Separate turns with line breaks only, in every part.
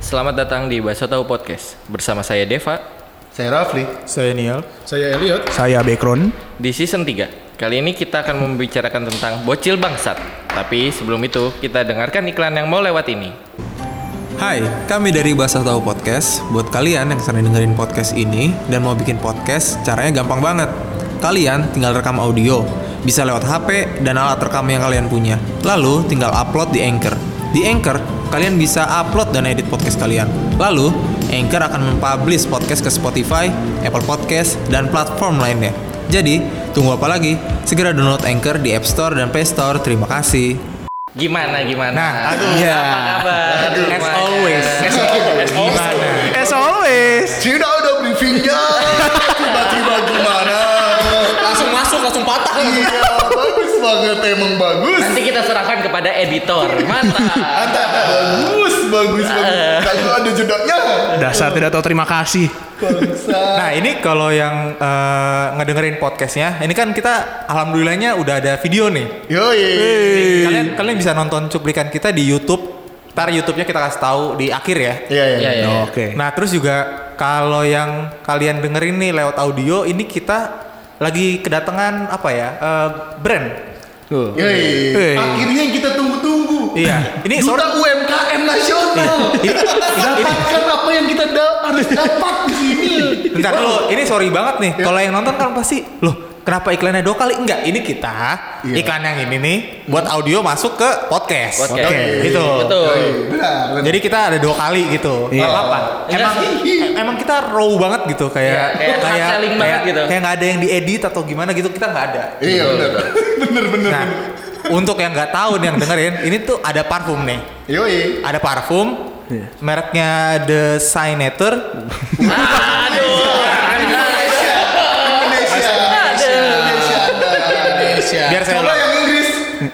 Selamat datang di Baso Tahu Podcast bersama saya Deva
Saya Rafli.
Saya Niel.
Saya Elliot.
Saya Background.
di season 3. Kali ini kita akan membicarakan tentang bocil bangsat. Tapi sebelum itu kita dengarkan iklan yang mau lewat ini.
Hai, kami dari Basah Tahu Podcast. Buat kalian yang sering dengerin podcast ini dan mau bikin podcast, caranya gampang banget. Kalian tinggal rekam audio, bisa lewat HP dan alat rekam yang kalian punya. Lalu tinggal upload di Anchor. Di Anchor, kalian bisa upload dan edit podcast kalian. Lalu, Anchor akan mempublish podcast ke Spotify, Apple Podcast, dan platform lainnya. Jadi, tunggu apa lagi? Segera download Anchor di App Store dan Play Store. Terima kasih.
Gimana gimana? Nah,
aduh. Iya.
Apa kabar?
As always.
As always.
As always.
Tidak ada briefingnya. Tiba-tiba gimana?
Langsung masuk, langsung patah.
Iya, bagus banget emang bagus.
Nanti kita serahkan kepada editor. Mantap.
Mantap, bagus, bagus, bagus. Kalau ada jedanya,
Dasar tidak tahu terima kasih.
bangsa.
Nah ini kalau yang eh, ngedengerin podcastnya, ini kan kita alhamdulillahnya udah ada video nih.
Yoi. Iya,
Kalian kalian bisa nonton cuplikan kita di YouTube. Ntar YouTube-nya kita kasih tahu di akhir ya.
Iya,
Iya,
iya.
iya.
Oke.
Nah terus juga kalau yang kalian dengerin nih lewat audio, ini kita lagi kedatangan apa ya eh, brand.
Yoi.
Yoi.
Akhirnya yang kita tunggu-tunggu.
Iya. Ini
Duta
seorang
UMKM nasional. Dapatkan apa yang kita da- harus dapat di sini.
Bentar dulu, ini sorry banget nih.
Iya.
Kalau yang nonton kan pasti, loh kenapa iklannya dua kali? Enggak, ini kita
Iya.
iklan yang ini nih buat audio masuk ke podcast.
Podcast. Iya,
Oke, gitu.
Betul.
Yoi, Benar. benar.
Jadi kita ada dua kali gitu.
Iya.
Gak apa-apa. Emang
Iya.
emang kita raw banget gitu kayak
Iya, kayak hard selling banget
kayak
gitu.
kayak nggak ada yang diedit atau gimana gitu kita nggak ada.
Iya, benar. Benar, benar.
Nah, untuk yang nggak tahu nih yang dengerin, ini tuh ada parfum nih.
Yoi.
Ada parfum
Iya.
mereknya The Signature.
Nah,
Indonesia. Indonesia. Indonesia. Indonesia.
Biar saya
Coba
ulang.
yang Inggris.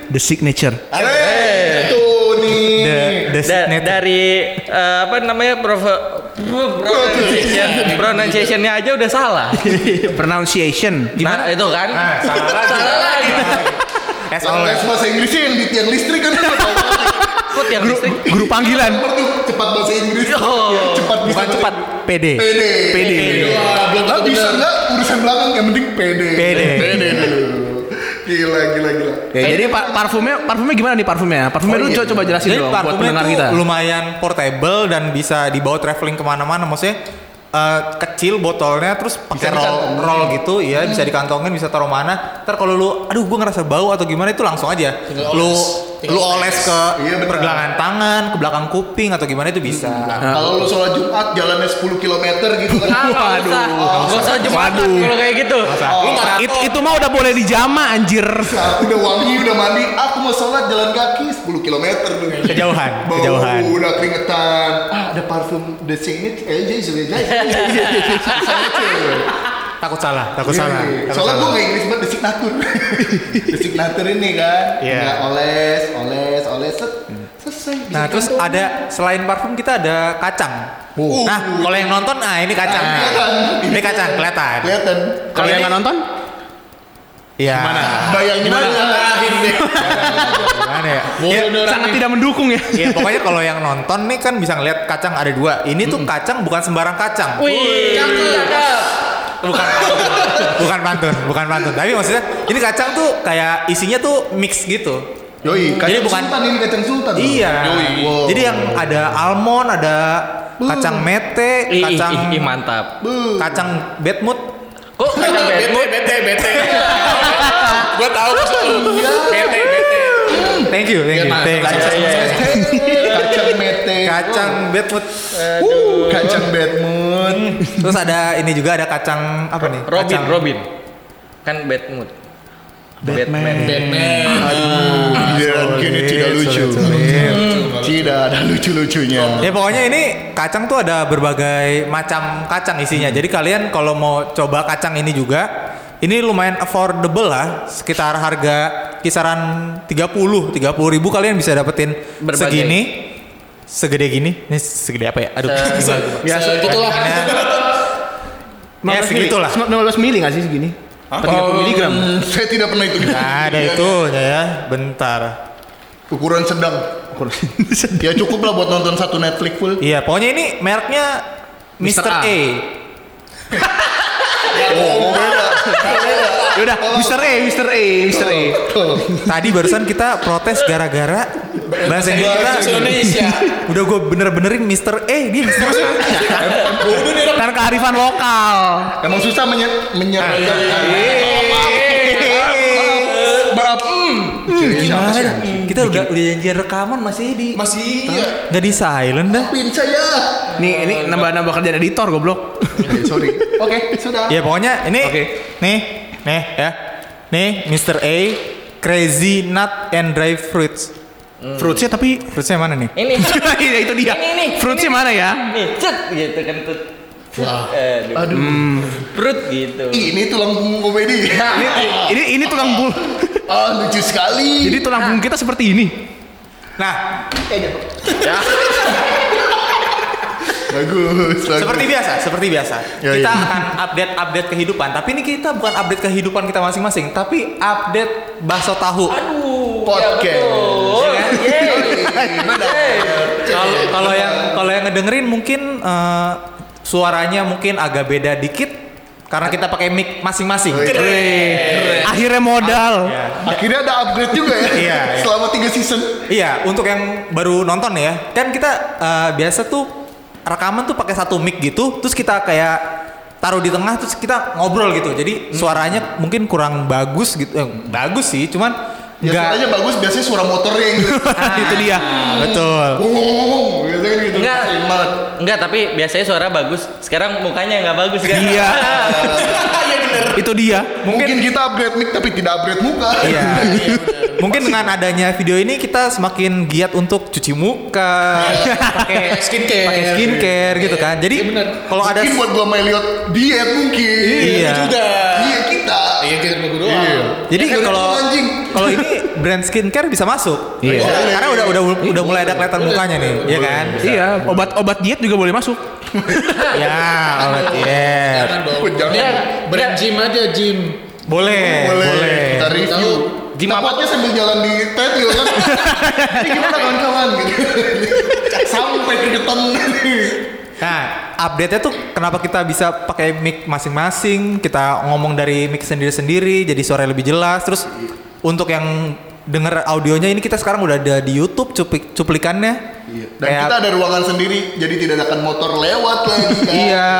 The signature.
Eh. Hey, itu nih.
The, the
Iya. Da-
Signature.
dari eh, apa namanya prof- pronunciation pronunciationnya aja udah salah.
Pronunciation.
Nah itu kan.
salah lagi.
Salah lagi.
As
Kalau
always.
les bahasa Inggrisnya yang di tiang listrik kan lu tahu banget.
Kut yang listrik.
Guru panggilan.
Cepat tuh, cepat bahasa Inggris.
Oh.
Cepat bisa
Bukan
bahasa
cepat,
Inggris.
PD.
Pede.
PD.
Wah, belum tentu bisa nggak urusan belakang yang penting pede.
Pede.
Pede dulu. Gila, gila, gila.
Ya, jadi pa- parfumnya parfumnya gimana nih parfumnya? Parfumnya
Oh,
dulu
iya.
coba, coba jelasin
Jadi
dong buat
parfumnya
pendengar
tuh
kita.
lumayan portable dan bisa dibawa traveling kemana-mana. Maksudnya eh, kecil botolnya terus
Bisa
pakai roll,
dikantongin.
roll gitu ya bisa dikantongin bisa taruh mana ntar kalau lu aduh gua ngerasa bau atau gimana itu langsung aja lu lu oles ke
Iya, benar.
pergelangan tangan ke belakang kuping atau gimana itu bisa
Kalau lu sholat Jumat jalannya 10 km gitu kan.
Ah, nggak
Waduh.
usah. Nggak usah jembatan
Waduh.
kalau kayak gitu.
Nah,
It- itu mah udah boleh dijama anjir.
Nah, udah wangi, udah mandi. Aku mau sholat jalan kaki 10 km tuh.
Kejauhan,
Bau,
kejauhan.
Udah keringetan. Ah, ada parfum The Signature. Eh, jadi sudah
Iya,
jadi.
takut salah takut
Iya,
salah
Soalnya
takut salah.
gue nggak Inggris banget The Signature. The Signature ini kan.
Iya.
Nggak oles, oles, oles. set, Selesai. bisa
Nah terus
dikantongin.
ada selain parfum kita ada kacang.
Oh.
Nah kalau yang nonton ah ini kacang.
Ah,
nih.
kelihatan.
Ini kacang kelihatan.
Kelihatan.
Kalau yang nggak nonton?
Iya.
Bayangin aja.
Gimana ya?
Ya, sangat tidak mendukung ya.
Iya pokoknya kalau yang nonton nih kan bisa ngeliat kacang ada dua. Ini tuh kacang bukan sembarang kacang.
Wih. Cakep.
Bukan bukan pantun, bukan pantun. Tapi maksudnya ini kacang tuh kayak isinya tuh mix gitu.
Yoi, kacang
Jadi bukan-
sultan ini kacang
Oh.
sultan.
Iya.
Yoi. Wow.
Jadi yang ada almond, ada kacang mete,
Hmm. Ih, ih,
kacang
ih, ih, mantap.
kacang bedmut.
Kok kacang bedmut?
bete, bete. Gue tahu pasti lu.
Iya.
Bete, bete.
Thank you, thank you.
Iya,
Thank you.
iya. kacang mete.
Kacang bedmut.
Eh.
Uh, kacang bad mood.
Terus ada ini juga ada kacang apa nih?
Robin,
kacang.
Robin. Kan bedmut. Batman.
Ah,
Giliran Iya, gini tidak lucu. Hmm, Tidak ada lucu-lucunya.
Ya pokoknya ini kacang tuh ada berbagai macam kacang isinya. Jadi kalian kalau mau coba kacang ini juga, ini lumayan affordable lah. Sekitar harga kisaran 30, 30 ribu kalian bisa dapetin
Berbagai.
segini. Segede gini. Ini segede apa ya? Aduh.
Biasa.
Itulah.
Ya, segitulah.
15 mili nggak sih segini? Apa 30
Iya,
miligram.
Hmm,
Saya tidak pernah itu.
Nah, ada itu ya. Bentar.
Ukuran sedang.
kurang.
Ya cukup lah buat nonton satu Netflix full.
Iya, pokoknya ini mereknya Mr.
Mr. A.
A.
Oh,
Oh. Yaudah, Mr. A, Mr. A, Mr. A.
Tuh.
Tadi barusan kita protes gara-gara bahasa Inggris kita
Bahasa Indonesia.
udah gue bener-benerin Mr. A dia Mr. A.
Bodoh nih orang.
Karena kearifan lokal.
Emang susah
Ah, iya,
menye menyesuaikan.
Berat. Hmm.
Iya,
Gimana dah? Kita udah udah janjian rekaman masih di
Masih iya.
nggak di silent dah.
Pin saya.
Nih, ini nambah-nambah kerjaan editor goblok.
Sorry. Oke, sudah.
Iya.
Ya pokoknya ini
Oke.
nih nih ya. Nih Mr. A Crazy Nut and Dry Fruits.
Fruitsnya tapi
Fruitsnya mana nih?
Eh.
Ini.
Iya, itu dia.
Ini, ini,
Fruitsnya
ini.
mana ya?
Nih, cet gitu kentut.
Wah.
Eh,
Aduh.
Aduh.
Perut gitu.
Ini tulang punggung komedi.
Ini ini tulang bul.
Ah, lucu sekali.
Jadi tulang punggung kita seperti ini.
Nah,
bagus, bagus. Iya,
seperti biasa, seperti biasa.
Ya,
kita
ya.
akan update-update kehidupan, tapi ini kita bukan update kehidupan kita masing-masing, tapi update bakso tahu.
Aduh.
Iya
Podcast.
Ya betul.
kan?
Iya.
Yeay.
Kalau kalau yang kalau yang ngedengerin mungkin eh, suaranya mungkin agak beda dikit karena kita pakai mic masing-masing.
Akhirnya modal.
Akhirnya ada upgrade juga ya.
Iya, iya.
Selama 3 season.
Iya, untuk yang baru nonton ya, kan kita eh, biasa tuh rekaman tuh pakai satu mic gitu, terus kita kayak taruh di tengah terus kita ngobrol gitu. Jadi suaranya mungkin kurang bagus gitu. Eh, bagus sih, cuman
Ya
enggak
suaranya bagus, biasanya suara motornya yang gitu.
Ah, itu dia.
betul.
Wong, biasanya kan gitu.
Enggak.
Keren banget.
Enggak, tapi biasanya suara bagus. Sekarang mukanya nggak bagus kan?
Iya. Itu dia.
Mungkin, kita upgrade mic tapi tidak upgrade muka.
Iya. Mungkin dengan adanya video ini kita semakin giat untuk cuci muka, pakai
Skincare.
pakai skincare gitu kan. Jadi
Iya, benar.
kalau ada
mungkin buat gua sama Elliot diet mungkin.
Iya.
Itu juga.
Iya kita.
Iya kita nunggu doang.
jadi
Kan
kalau
itu anjing.
kalau ini brand skincare bisa masuk.
Iya.
Karena karena udah udah udah mulai ada kelihatan mukanya nih, ya kan?
Iya, obat-obat diet juga boleh masuk.
Ya, obat diet.
Jangan dong.
Wih, jangan.
Iya,
Dia brand gym aja gym.
Boleh, Eh, boleh.
Kita review.
Di
Kita
mapa-
buatnya sambil jalan di treadmill kan. Ini gimana kawan-kawan gitu. Sampai keringetan.
Nah, update-nya tuh kenapa kita bisa pakai mic masing-masing, kita ngomong dari mic sendiri-sendiri, jadi suaranya lebih jelas. Terus untuk yang denger audionya ini kita sekarang udah ada di YouTube cuplik cuplikannya.
Iya. Dan
Kayak-
kita ada ruangan sendiri, jadi tidak akan motor lewat lagi. kan.
Iya,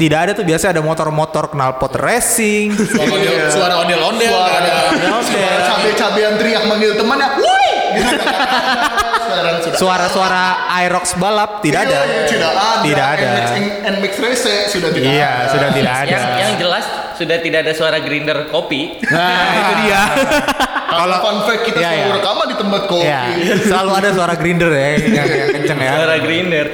tidak ada tuh biasa ada motor-motor knalpot racing.
Suara ondel, suara ondel ondel
Suara
ada.
suara cabe-cabean teriak manggil temannya, woi. Gitu. Sekarang sudah.
Suara-suara Aerox balap tidak ada.
Iya, Tidak ada.
Tidak ada.
NMAX and mix race sudah tidak
Iya,
ada.
sudah tidak ada.
Yang, yang jelas sudah tidak ada suara grinder kopi.
Nah, itu dia.
Kalau fun fact kita
Iya,
selalu
iya.
rekaman di tempat kopi.
Ya, selalu ada suara grinder ya yang, yang kenceng ya.
Suara grinder.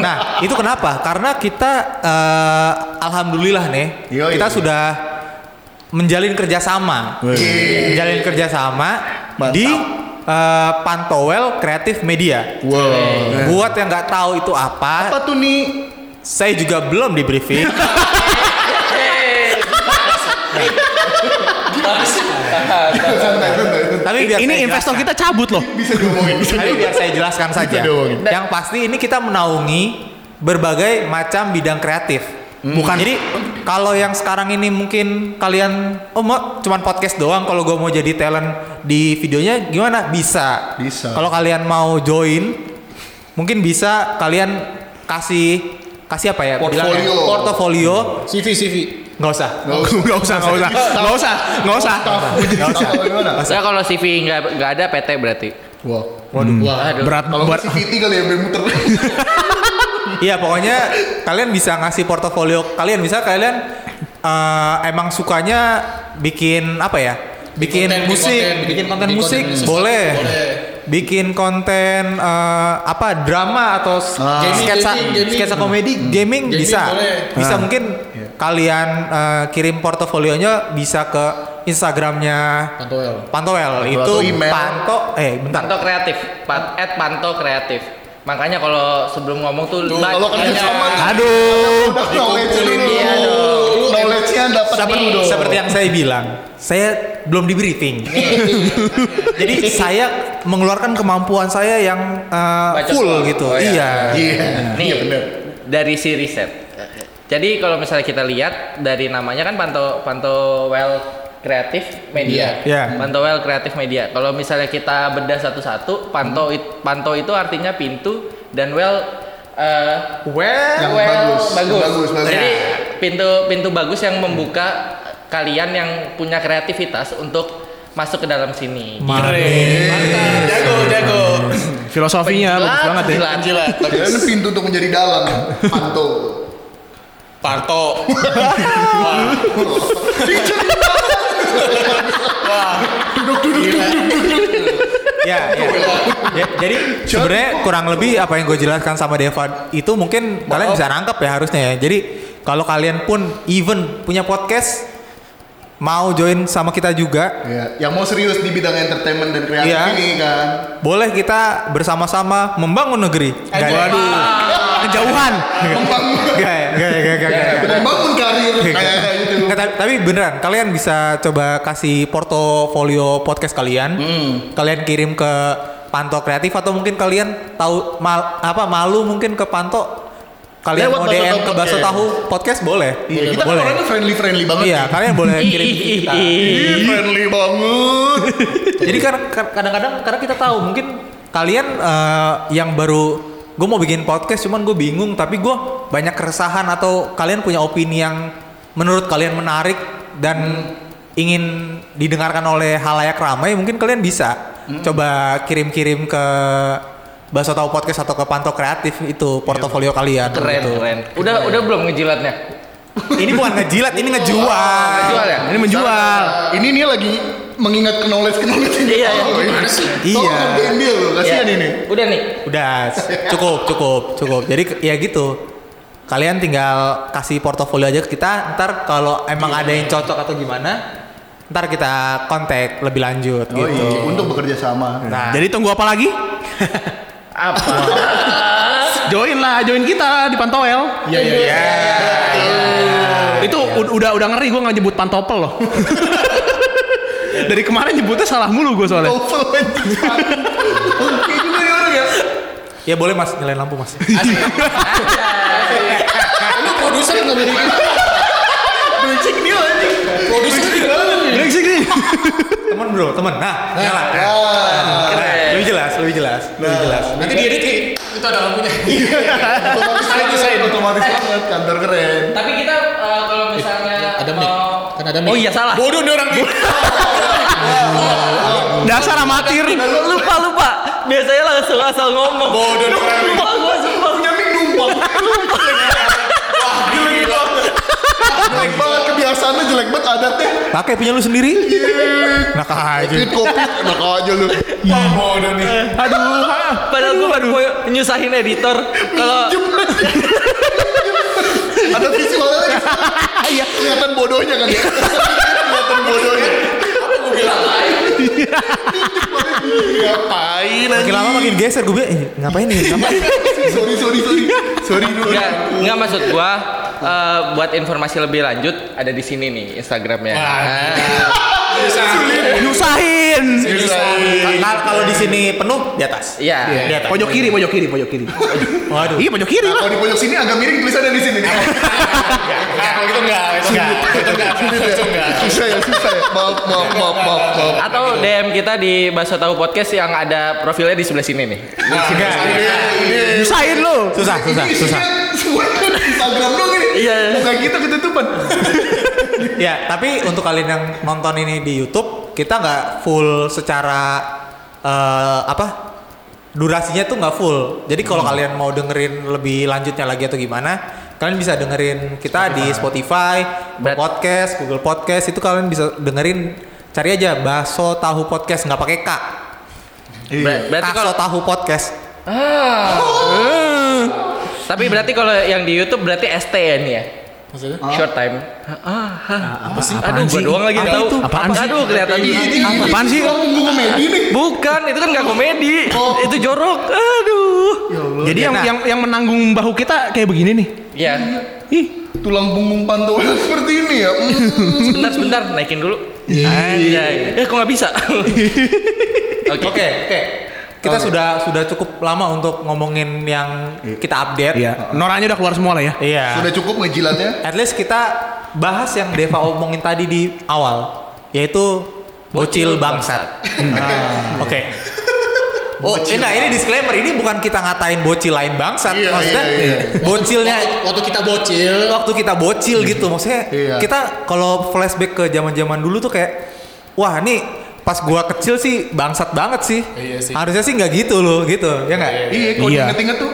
Nah, itu kenapa? Karena kita eh, alhamdulillah nih,
Yoi.
kita sudah menjalin kerjasama, menjalin kerjasama di eh, Pantowel Kreatif Media. Buat yang nggak tahu itu
Apa
apa,
tuh nih?
saya juga belum di briefing. Tapi biar saya
Ini investor kita
jelaskan.
cabut loh.
Bisa diomongin. Bisa
Tapi biar saya jelaskan saja.
diomongin.
Yang pasti ini kita menaungi berbagai macam bidang kreatif. Bukan. Hmm. Jadi kalau yang sekarang ini mungkin kalian oh mau cuman podcast doang kalau gue mau jadi talent di videonya gimana? Bisa.
Bisa.
Kalau kalian mau join mungkin bisa kalian kasih kasih apa ya?
Portfolio.
bilangnya? Portofolio.
CV CV.
Nggak usah.
Nggak usah, nggak usah. Nggak usah, nggak usah.
Nggak usah. Gimana?
Saya kalau CV nggak nggak ada PT berarti.
Wah.
Waduh.
Berat,
Kalau
berat.
si Kitty kali ya biar muter.
Iya pokoknya kalian bisa ngasih portofolio kalian bisa kalian eh, emang sukanya bikin apa ya? Bikin
Konten, bikin
musik,
konten, bikin-
bikin konten
bikin
musik
konten sesuatu,
boleh.
boleh.
Bikin konten eh, apa drama atau s-
Ah.
Gaming,
sketsa
gaming, gaming.
sketsa komedi,
Hmm.
gaming,
Gaming
bisa.
boleh.
Ah.
Bisa mungkin
Iya.
kalian eh, kirim portofolionya bisa ke Instagramnya
Pantowel.
Pantowel itu
atau email.
Panto eh bentar
Panto kreatif. Pat, at Panto kreatif. Makanya kalau sebelum ngomong tuh,
Tuh,
banyak-
Kalau kerja sama
Aduh.
Oh, udah knowledge
Dikumpulin
dulu.
dia
Knowledge-nya dapat
seperti,
dulu.
seperti yang saya bilang, saya belum di briefing. Jadi saya mengeluarkan kemampuan saya yang uh,
Baca
full
semua.
gitu.
Oh, iya.
iya.
Iya.
Nih,
Iya bener.
dari si riset. Jadi kalau misalnya kita lihat dari namanya kan Panto Panto Well Kreatif Media.
Iya.
Panto Well Kreatif Media. Kalau misalnya kita bedah satu-satu, Panto it- Panto itu artinya pintu dan Well eh,
Well,
Yang
well
bagus.
bagus.
Yang bagus, bagus.
Jadi pintu pintu bagus yang membuka kalian yang punya kreativitas untuk masuk ke dalam sini.
Iya,
Jago, jago.
Filosofinya
Penjilat,
bagus banget ya.
penjilat.
Gila, tapi
Kira-kira kan pintu untuk menjadi dalang. Panto.
Parto. Wah. Wah.
ya, ya. Ya, jadi sebenarnya kurang lebih apa yang gue jelaskan sama Deva itu mungkin kalian bisa nangkep ya harusnya ya. Jadi kalau kalian pun even punya podcast mau join sama kita juga,
Iya. Yang mau serius di bidang entertainment dan kreatif
Iya.
ini kan.
boleh kita bersama-sama membangun negeri. Gaya,
Waduh. Kejauhan.
Membangun.
gaya, gaya, gaya, gaya, gaya.
Membangun karir kayak gitu.
Nggak, ta- Nah, tapi beneran kalian bisa coba kasih portofolio podcast kalian.
Hmm.
Hmm,
Kalian kirim ke Panto Kreatif atau mungkin kalian tahu mal, apa malu mungkin ke Panto kalian
Lewat
mau
Baso
DM
Tahu
ke Baso
Podcast.
Tahu Podcast boleh.
Iya, kita kan
boleh.
orangnya friendly friendly banget.
Iya,
kan.
kalian boleh kirim
Ih,
ke
ih,
kita.
ih.
friendly banget.
Jadi kan- kan- kadang-kadang karena kita tahu mungkin kalian eh, yang baru gue mau bikin podcast cuman gue bingung tapi gue banyak keresahan atau kalian punya opini yang menurut kalian menarik dan ingin didengarkan oleh halayak ramai mungkin kalian bisa coba kirim-kirim ke Baso Tahu Podcast atau ke Panto Kreatif itu portofolio
Iya.
kalian
Keren,
gitu.
keren. Udah udah belum ngejilatnya?
Ini bukan ngejilat, ini ngejual.
Ngejual ya?
Ini menjual.
ini nih lagi mengingat knowledge knowledge ini.
Iya, iya.
Oh, gimana sih?
Iya.
Tolong ngertiin dia loh, kasihan
Iya.
ini.
Udah nih.
Udah, cukup, cukup, cukup. Jadi ke- ya gitu. Kalian tinggal kasih portofolio aja ke kita. Ntar kalau emang ada yang cocok atau gimana, ntar kita kontak lebih lanjut
Oh
gitu.
iya, untuk bekerja sama.
Nah,
Jadi tunggu apa lagi?
Apa?
Join lah, join kita di Pantoel.
Iya iya iya.
Itu ud- udah udah ngeri gue nggak nyebut pantopel loh. Dari kemarin nyebutnya salah mulu gue soalnya.
Tovel anjing. Oke juga nih orang ya.
ya boleh mas, nyalain lampu mas.
Lu produser nggak boleh gitu.
Berisik dia anjing.
Produser juga.
Brengsek nih.
temen bro, temen. Nah, nyala. Nah,
Ah.
Lebih jelas, lebih jelas, lebih jelas.
Nanti dia edit, Ki. Itu ada lampunya.
Otomatis banget, otomatis banget kantor keren.
Tapi kita eh, kalau misalnya
ada mic.
mau-
Kan ada mic.
Oh iya salah.
Bodoh nih orang nih.
Dasar amatir.
lupa lupa. Biasanya langsung asal ngomong.
Bodoh nih orang nih.
Lupa gua sumpah.
Nyamik numpang.
Wah, gila.
Jelek banget kebiasaannya jelek banget adatnya.
Pakai punya lu sendiri. Nah, aja.
Tweet kopi enak aja lu.
Wah, bodoh nih.
Aduh. ah.
Padahal gua baru mau nyusahin editor. Kalau
Pinjem. Ada visualnya lagi. Iya, kelihatan bodohnya kan. ya? Kelihatan bodohnya.
Apa gua bilang?
Ngapain
Makin lama makin geser gue bilang, "Eh, ngapain nih? Ngapain?
Sorry, sorry, sorry.
Iya.
Sorry dulu.
nggak nggak maksud gua eh, buat informasi lebih lanjut ada di sini nih Instagramnya.
Nyusahin.
Kal- Kalau di sini penuh di atas.
Iya.
Ya, pojok kiri, pojok kiri, pojok kiri.
Waduh.
Iya, pojok kiri lah.
Kalau di pojok sini agak miring tulisannya di sini.
Nah, Iya. kalau gitu enggak, itu enggak. Itu enggak, itu enggak.
Susah ya, susah ya. Maaf, maaf, maaf, maaf, maaf.
Atau DM kita di Baso Tahu Podcast yang ada profilnya di sebelah sini nih.
Nah,
Ini,
Nyusahin lu.
Susah, susah,
ini
susah.
isinya semua kan Instagram doang ini.
Iya.
Bukan kita ketutupan.
Ya, tapi untuk kalian yang nonton ini di YouTube, kita nggak full secara eh, apa? Durasinya tuh nggak full. Jadi kalau kalian mau dengerin lebih lanjutnya lagi atau gimana, kalian bisa dengerin kita di Spotify,
Bet.
podcast, Google Podcast itu kalian bisa dengerin. Cari aja bakso tahu podcast nggak pakai k.
Ber- berarti
Bakso
kalau
tahu podcast.
tapi berarti kalau yang di YouTube berarti STN ya.
Maksudnya?
Short time. Ah, ah. Aduh, gua
apaan sih?
doang lagi yang
Apa
tahu.
itu? Apaan sih?
Aduh, kelihatan.
Iya. Ini
Apaan sih?
Orang nunggu komedi nih.
Bukan, itu kan nggak komedi.
Oh.
Itu jorok. Aduh.
Ya
Jadi yang
Nah.
yang yang menanggung bahu kita kayak begini nih.
Iya.
Ih,
Tulang punggung pantauan seperti ini ya. Hmm.
Sebentar, sebentar. Naikin dulu.
Iya,
Anjay. Eh kok nggak bisa? Oke.
Oke, oke. Kita sudah sudah cukup lama untuk ngomongin yang kita update.
Iya. Noranya udah keluar semua lah ya.
Iya.
Sudah cukup ngejilatnya?
At least kita bahas yang Deva omongin tadi di awal, yaitu bocil bangsat. Ah,
Iya.
Oke. Oh, eh, nah ini disclaimer, ini bukan kita ngatain bocil lain bangsat,
Iya,
maksudnya
iya, iya.
bocilnya
Waktu kita bocil.
waktu kita bocil gitu, maksudnya
Iya.
kita kalau flashback ke zaman-zaman dulu tuh kayak, wah nih pas gua kecil sih bangsat banget sih,
Iya sih.
harusnya sih nggak gitu loh, gitu, ya nggak?
Iya, kalau
Iya.
diinget-inget tuh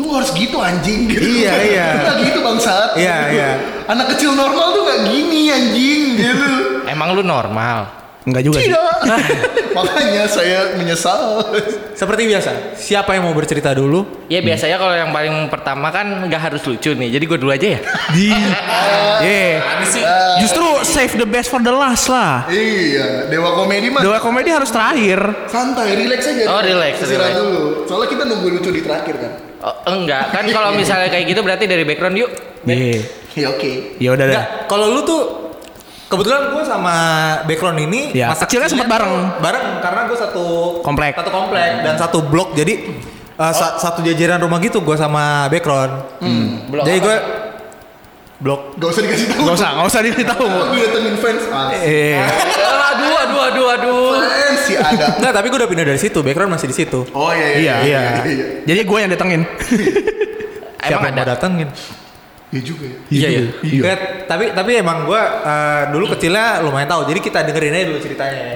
lu nggak harus gitu anjing gitu.
Iya, iya.
Lu nggak gitu bangsat.
Iya, iya.
Anak kecil normal tuh nggak gini anjing gitu.
Emang lu normal?
Enggak juga sih.
Tidak. Makanya saya menyesal.
Seperti biasa, siapa yang mau bercerita dulu?
Ya biasanya kalau yang paling pertama kan nggak harus lucu nih. Jadi gue dulu aja ya.
Di. Yeah.
Aneh sih.
Justru save the best for the last
Ah,
lah.
iya, dewa komedi mah
Dewa komedi harus terakhir.
santai, relax aja.
Oh, relax,
Istirahat
relax.
dulu. Soalnya kita nunggu lucu di terakhir kan.
Oh, enggak kan kalau misalnya kayak gitu berarti dari background yuk.
Iya.
Ya oke.
Ya udah dah.
Enggak, kalau lu tuh kebetulan gue sama background ini
Ya, kecilnya sempet
kecilnya
bareng.
tuh bareng karena gue satu
Komplek.
satu komplek dan satu blok jadi uh, sa- satu jajaran rumah gitu gue sama background
blok
jadi
apa?
gue blok
Gak usah dikasih tahu.
Gak usah, gak usah dikasih tahu.
Gue datengin fans. Ah,
Eh,
aduh, aduh, aduh, aduh.
fans si ada.
Enggak, tapi gue udah pindah dari situ background masih di situ
Oh iya
iya, iya.
iya.
Jadi gue yang datengin.
siapa
Emang
yang mau
ada?
datengin
Iya juga ya.
Iya, iya.
Enggak, tapi tapi emang gue uh, dulu kecilnya lumayan tahu jadi kita dengerin aja dulu ceritanya ya.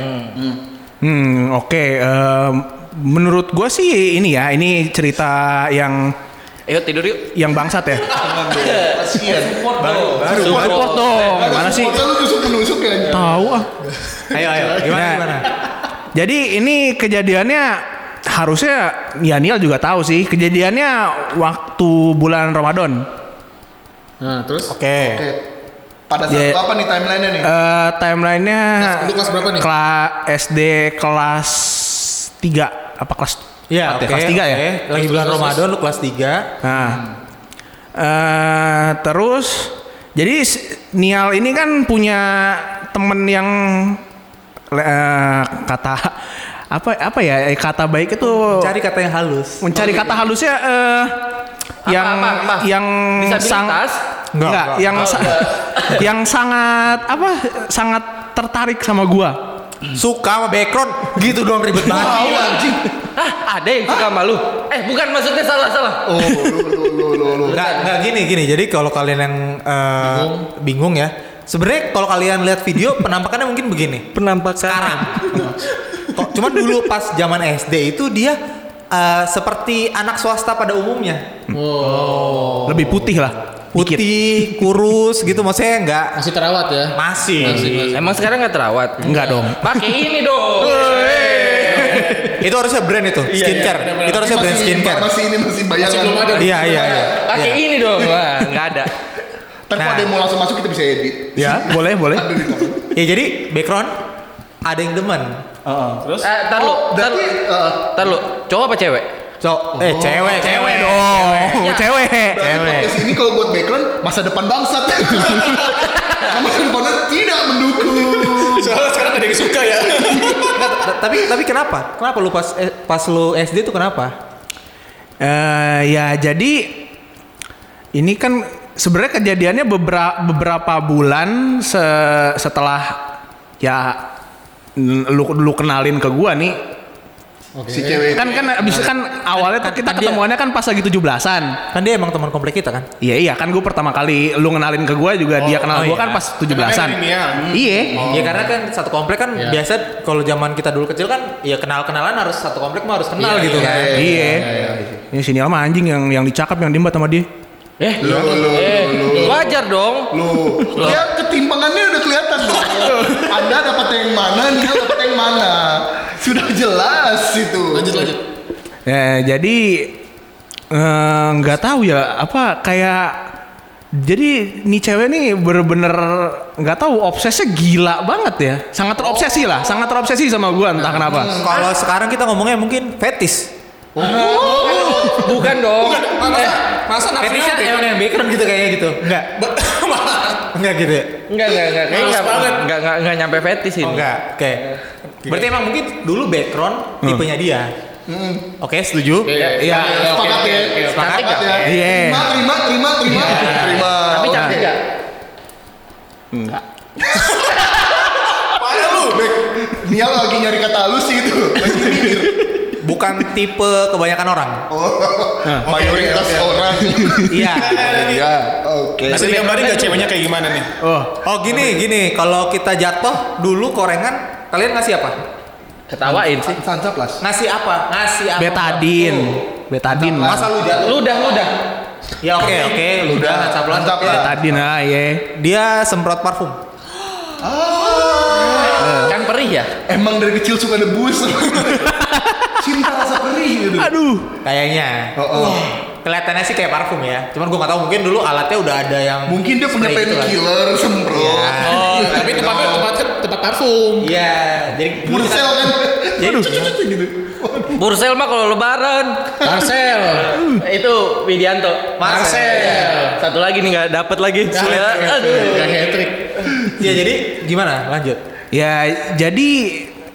Hmm, oke. em, menurut gue sih ini ya, ini cerita yang
Ayo tidur yuk.
yang bangsat ya.
Kasihan.
baru baru
Support,
baru.
dong.
Ada
Mana sih?
supportnya Lu justru menusuk ya.
Iya.
anjing.
Tahu ah.
ayo ayo gimana
Nah,
gimana
Jadi ini kejadiannya harusnya ya Niel juga tahu sih. Kejadiannya waktu bulan Ramadan.
Nah, terus?
oke
Oke. Pada saat
Iya.
Ya.
itu apa nih timelinenya nih?
Eh timelinenya
Kelas- lu kelas berapa nih?
Kela- SD kelas 3 apa kelas
Iya,
empat
oke.
kelas 3 ya.
oke. Lagi bulan Ramadan lu kelas 3.
Nah. Eh, terus jadi s- Nial ini kan punya temen yang eh, kata apa apa ya eh, kata baik itu
Cari kata yang halus.
mencari kata halusnya eh yang
apa, apa?
yang sang-
Disabilitas?
enggak,
Enggak,
yang sa- yang sangat apa sangat tertarik sama gua
Suka sama background gitu dong ribet banget.
Tahu anjing.
Hah, ada yang suka malu. Eh, bukan maksudnya salah, salah.
Oh, lu lu lu lu lu.
Enggak, enggak gini gini. Jadi kalau kalian yang eh, bingung. ya, sebenarnya kalau kalian lihat video penampakannya mungkin begini.
Penampakan.
Sekarang. Kok cuman dulu pas zaman SD itu dia eh, seperti anak swasta pada umumnya.
lebih Oh. putih lah dikit.
Putih, kurus gitu maksudnya enggak
Masih terawat ya?
masih.
Iya. Emang sekarang nggak terawat?
enggak dong
Pakai ini dong.
itu harusnya brand itu, Eh, skincare. itu harusnya
Iya,
brand
Masih-
skincare.
Masih ini masih bayangan.
Masih belum ada.
Iya, iya, iya.
Pakai ini dong. Wah, nggak ada.
Ntar kalau
Nah. Iya,
ada yang mau langsung masuk kita bisa edit.
ya boleh boleh
Ada di komen.
Ya jadi background ada yang demen.
Terus? Eh, tar lu, tar lu,
Berarti eh,
tar lu. Cowok apa cewek?
So, eh cewek, cewek dong.
oh cewek
berarti podcast ini kalau buat background masa depan bangsat. Nah, masa depan bangsat tidak mendukung.
Soalnya sekarang ada yang suka ya.
Ta- tapi tapi kenapa? Kenapa lu pas eh, pas lu SD tuh kenapa?
Eh, ya jadi ini kan sebenarnya kejadiannya beberapa beberapa bulan se- setelah ya n- lu, lu kenalin ke gua nih
Si cewek
kan kan abis itu kan awalnya tuh kita ketemuannya kan pas lagi 17-an
Kan dia emang teman komplek kita kan.
Iya iya kan gue pertama kali lu kenalin ke gua juga dia kenal
oh
gua
iya.
kan pas 17-an
Karena kan ini ya, hmm.
Iya
Ya karena kan satu komplek kan biasa kalau zaman kita dulu kecil kan ya kenal-kenalan harus satu komplek mah harus kenal gitu kan.
Iya Ini sini sama anjing yang yang dicakap yang dimbat sama dia
Eh,
Lu, lu, lu, lu, lu.
wajar dong.
lu. Ya ketimpangannya udah kelihatan dong. Anda dapat yang mana, dia dapat yang mana. Sudah jelas itu.
Lanjut lanjut.
Eh, jadi eh, nggak tahu ya apa kayak jadi nih cewek nih bener-bener nggak tahu obsesnya gila banget ya. Sangat terobsesi lah, sangat terobsesi sama gua entah kenapa.
Kalau sekarang kita ngomongnya mungkin fetis.
Bukan dong.
Masa, masa nafsunya
Fetisnya
apa?
emang yang background gitu kayaknya gitu. Enggak. Enggak gitu ya?
Enggak, enggak, enggak. Kayaknya
Males
enggak,
banget.
enggak, enggak, enggak nyampe fetish ini.
Oh, enggak. Oke. Berarti emang mungkin dulu background tipenya dia. Oke, setuju.
Iya.
Ah,
Sepakat ya.
Cantik
Sepakat
nggak?
ya.
Iya.
Terima, terima, terima, terima. Terima.
Tapi cantik enggak?
Enggak.
Parah lu.
Nial lagi nyari kata halus sih itu. Lagi mikir.
Bukan tipe kebanyakan orang.
Mayoritas orang.
Iya.
Iya. Oke.
Bisa digambarin nggak ceweknya kayak gimana nih?
Oh,
Oh, gini, gini. Kalau kita jatuh dulu korengan, kalian ngasih apa?
Ketawain sih.
Sansa plus.
Ngasih apa? Ngasih apa?
betadin. Betadin.
Masa lu jatuh?
Ludah, ludah.
Ya oke, oke, ludah, caplan.
Mantap lah.
Betadin ah, iya.
Dia semprot parfum.
Kan perih ya?
Emang dari kecil suka debus. Cinta rasa perih gitu.
Aduh.
Kayaknya.
Oh, oh.
Kelihatannya sih kayak parfum ya. Cuman gua nggak tahu mungkin dulu alatnya udah ada yang
Mungkin dia punya
spray gitu kan.
painkiller semprot.
Iya.
Oh, tapi tempatnya tempat tempat parfum.
Iya, jadi
Pursel kan.
Jadi-
Cucu-cucu gitu.
Bursel mah kalau lebaran.
Marcel.
Itu Widianto.
Marcel.
Satu lagi nih nggak dapet lagi. Sudah. Aduh.
Gak hat trick.
Ya jadi gimana? Lanjut.
Ya jadi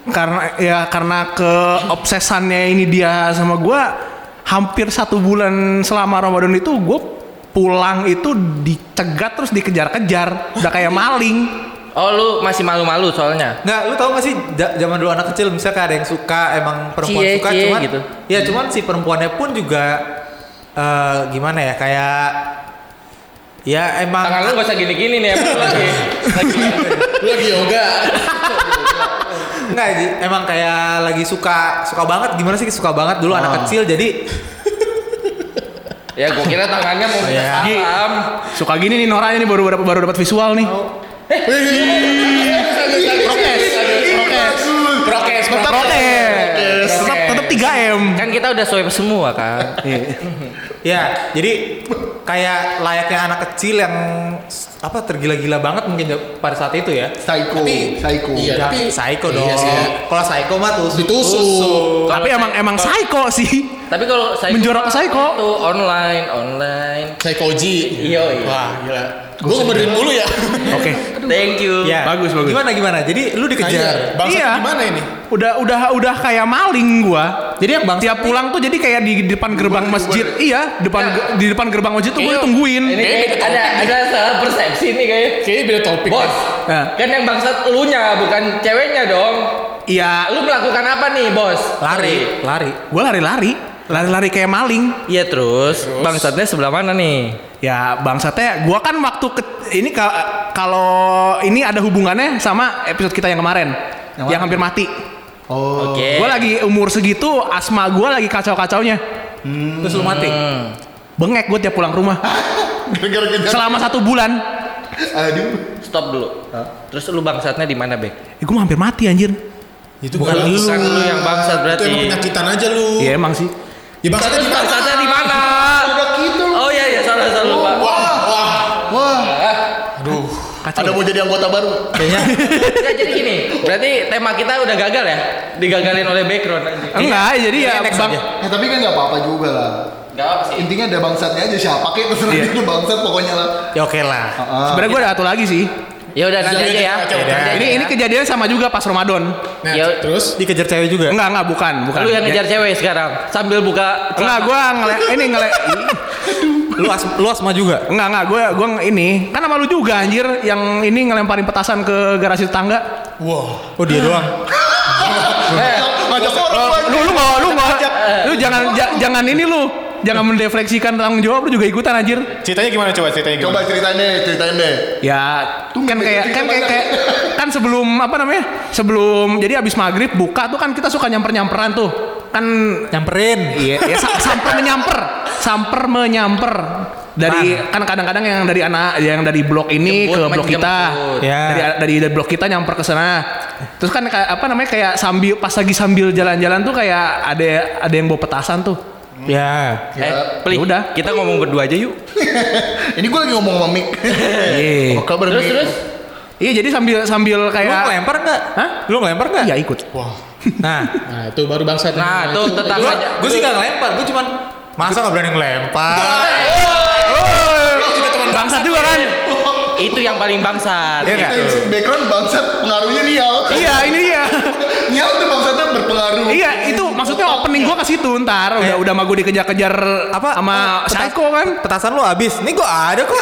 karena ya karena keobsesannya ini dia sama gua hampir satu bulan selama Ramadan itu gue pulang itu dicegat terus dikejar-kejar udah kayak maling
Oh lu masih malu-malu soalnya.
Nggak, lu tau gak sih ja- zaman dulu anak kecil misalnya kayak ada yang suka emang perempuan
Cie,
suka
cie
cuman
gitu.
ya cuman si perempuannya pun juga eh, gimana ya kayak ya emang
Tangan lu gak usah gini-gini nih emang lu lagi. lagi.
Lu lagi yoga.
Enggak, Ji. emang kayak lagi suka suka banget gimana sih suka banget
Oh.
dulu anak kecil jadi
Ya gua kira tangannya mau minta
Iya.
salam.
suka gini nih Noranya nih baru baru dapat visual nih
Prokes.
Prokes.
Prokes.
tetap
Prokes.
tetap tetap 3M
Kan kita udah swipe semua kan.
ya jadi kayak layaknya anak kecil yang s- apa tergila-gila banget mungkin ja- pada saat itu ya
Psycho. Psycho.
Iya,
Ya,
tapi-
psycho
iya
dong
sih.
kalau psycho mah tuh
Ditusuk.
tapi
Kalau
emang
saya-
emang psycho sih
Tapi kalau saya
Menjorok ke psycho.
Itu online, online.
Psychoji.
Iya, iya.
Wah, gila. Gua ngebenerin mulu ya.
oke
Thank you.
ya
Bagus, bagus.
gimana gimana jadi lu dikejar
Bangsa
Iya.
gimana ini?
udah udah udah kayak maling gua
jadi yang bang
tiap pulang tuh jadi kayak di depan gerbang masjid iya depan
Ya.
di depan gerbang masjid tuh gue
Ini-
tungguin
Ini
Kayaknya
kayak ada ada salah persepsi nih kayak.
Kayaknya beda topik.
Bos,
Nah.
kan yang bangsat elunya bukan ceweknya dong. Ah,
iya
Lu melakukan apa nih, Bos?
lari lari
gue lari-lari lari-lari kayak maling
Iya terus, bangsatnya sebelah mana nih?
ya bangsatnya gua kan waktu ke, ini ka- kalau ini ada hubungannya sama episode kita yang kemarin yang, hampir mati
Oh.
Oke.
Gua lagi umur segitu asma gua lagi kacau-kacaunya
terus lu mati
Hmm.
bengek gue tiap pulang rumah
Gara-gara kita.
selama satu bulan
Aduh.
Stop dulu. Terus lu bangsatnya di mana, Bek? Kan
eh, gue hampir mati anjir
Itu
Bukan
gua-
lu.
bukan
Lu yang bangsat berarti.
Itu emang penyakitan aja lu.
Iya emang sih
Ya bangsatnya
Terus
di mana?
bangsatnya di mana?
Ada gitu.
Oh iya iya salah salah lupa.
Wah, wah.
Wah.
Aduh.
Ada mau jadi anggota baru.
Nggak, jadi gini, berarti tema kita udah gagal ya? Digagalin oleh background anjing.
enggak jadi ya
Iya, next
bang
aja.
Ya tapi kan nggak apa-apa juga lah.
Enggak apa sih.
Intinya ada bangsatnya aja siapa kayak terserah
Iya.
itu bangsat pokoknya lah.
ya oke lah
sebenarnya gue ada satu lagi sih
Ya udah nanti aja ya.
Coba,
Nanti aja
ini
ya.
ini kejadian sama juga pas Ramadan
Nah,
Ya.
terus
dikejar cewek juga
Enggak, enggak, bukan, bukan.
Lu yang ngejar
Ya,
cewek sekarang sambil buka
Enggak, gua ngele ini ngele
lu as lu asma juga
Enggak, enggak, gua gua nge- ini. Kan sama lu juga anjir yang ini ngelemparin petasan ke garasi tetangga.
wah.
oh dia doang
Ngajak orang Bang.
Lu lu enggak, lu enggak. Lu jangan ja- jangan ini lu. Jangan mendefleksikan tanggung jawab lu juga ikutan anjir.
Ceritanya gimana coba ceritanya gimana?
Coba ceritain deh, ceritain deh.
Ya, kan kayak kan kayak, kayak- kan sebelum apa namanya? Sebelum jadi abis maghrib buka tuh kan kita suka nyamper-nyamperan tuh. Kan
nyamperin
Iya, ya, sa- samper menyamper, samper menyamper dari kan kadang-kadang yang dari anak yang dari blok ini
Jemput,
ke blok
main
kita.
jemput.
Ya.
Dari dari dari blok kita nyamper ke sana. Terus kan kayak apa namanya kayak sambil pas lagi sambil jalan-jalan tuh kayak ada ada yang bawa petasan tuh.
ya
Eh, Pli,
Ya udah.
kita ngomong berdua aja yuk.
Ini gue lagi ngomong sama Mik.
Iya.
Apa kabar
Terus
Mik?
terus
Iya, jadi sambil sambil
lu
kayak
ngelempar nggak
Hah?
lu ngelempar nggak
Iya ikut.
Wah.
nah
Nah, itu baru bangsat.
Nah, tuh
gua,
tetangganya.
gua sih gak ngelempar gua cuman masa gak berani ngelempar
Kita teman
ya.
Bangsat juga kan?
itu yang paling bangsat.
Ya.
Iya nggak?
Kita background bangsat pengaruhnya Nial.
Iya ini dia.
Nial tuh bangsatnya berpengaruh.
Iya itu maksudnya opening gua ke situ ntar
Eh.
udah udah sama gue dikejar-kejar apa sama
Petas-
Psycho kan.
Petasan lu habis. Nih gua ada kok.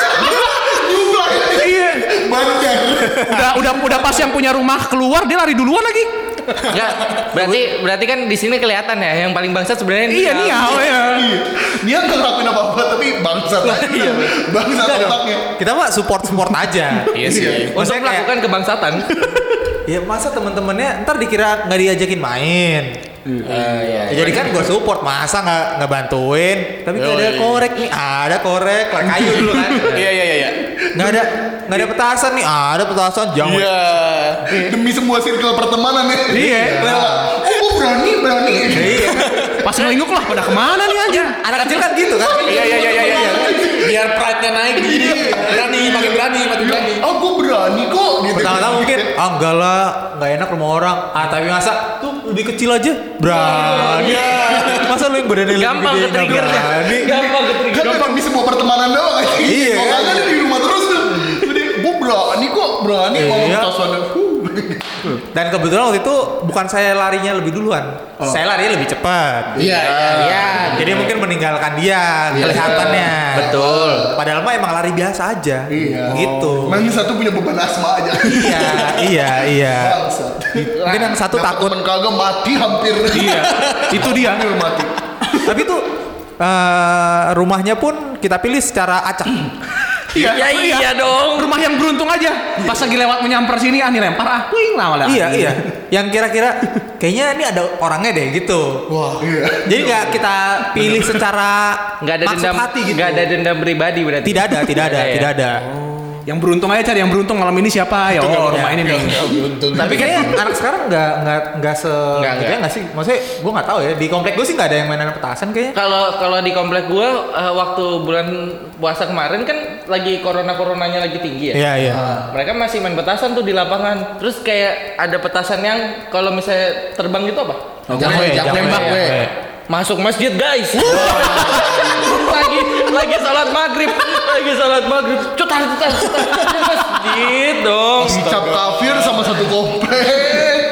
Jumlah ini
Iya.
banyak.
Udah udah udah pas yang punya rumah keluar dia lari duluan lagi.
Nggak, berarti berarti kan di sini kelihatan ya yang paling bangsat sebenarnya
Iya nih ya. iya.
Dia nggak ngelakuin apa-apa tapi bangsat aja. Bangsat otaknya.
Kita mah support-support aja.
Iya sih. Untuk
Maksudnya kayak-
melakukan kebangsatan.
Ya masa temen-temennya ntar dikira nggak diajakin main. Ya, jadi kan gue support masa nggak nggak bantuin. Tapi nggak ada korek nih, ada korek, lah kayu dulu kan.
Iya iya iya. iya.
Nggak ada nggak ada petasan nih, ada petasan jangan.
Iya.
Demi semua circle pertemanan ya.
Iya.
Rela. Oh, gua berani berani.
Iya.
Pas ngelinguk lah pada kemana nih anjir.
Anak kecil kan gitu kan.
Iya iya iya iya iya. Biar pride-nya naik jadi berani, makin berani, makin berani.
Oh, gua berani kok. Gitu.
Pertama-tama mungkin, ah enggak lah, nggak enak rumah orang. Ah tapi masa tuh lebih kecil aja, berani.
Iya.
Masa lu yang badannya lebih
Gampang
gede
ke
nggak
triggernya.
berani?
Gampang ke
Kan
trigger.
gampang di semua pertemanan doang aja.
Iya.
Makanya dia di rumah terus tuh. Jadi, gua berani kok, berani kalau
Iya.
petasan.
Dan kebetulan waktu itu bukan saya larinya lebih duluan,
Oh.
saya larinya lebih cepat.
Iya.
Iya.
Jadi mungkin meninggalkan dia kelihatannya.
Betul.
Padahal mah emang lari biasa aja.
Iya.
Gitu.
Memang yang satu punya beban asma aja.
Iya, iya, iya.
Bangsat.
Mungkin yang satu
Dapet
takut.
temen kagak mati hampir.
Iya. Itu dia.
Hampir mati.
Tapi tuh eh, rumahnya pun kita pilih secara acak.
Iya iya dong.
Rumah yang beruntung aja. Pas lagi lewat menyamper sini ah nih lempar ah. Wing lah malah.
iya, iya. Yang kira-kira kayaknya ini ada orangnya deh gitu.
Wah, iya.
Jadi nggak kita pilih secara
Nggak ada
maksud
dendam.
hati gitu.
Nggak ada dendam pribadi berarti.
Tidak ada, tidak ada,
ya?
tidak ada.
Yang beruntung aja cari yang beruntung malam ini siapa ya? Oh rumah ini
Iya.
nih.
Untung.
Tapi kayaknya anak sekarang nggak nggak nggak se
Nggak,
gitu ya
nggak.
nggak sih? Maksudnya gue nggak tahu ya. Di komplek gue sih nggak ada yang mainan petasan kayaknya.
Kalau kalau di komplek gua eh, waktu bulan puasa kemarin kan lagi corona coronanya lagi tinggi ya.
Iya iya.
Mereka masih main petasan tuh di lapangan. Terus kayak ada petasan yang kalau misalnya terbang gitu apa?
Jangan, jangan
Tembak,
we.
we. Masuk masjid guys. lagi lagi salat maghrib, lagi salat maghrib. Cutar cutar cutar. Masjid dong.
Dicap kafir sama satu komplek.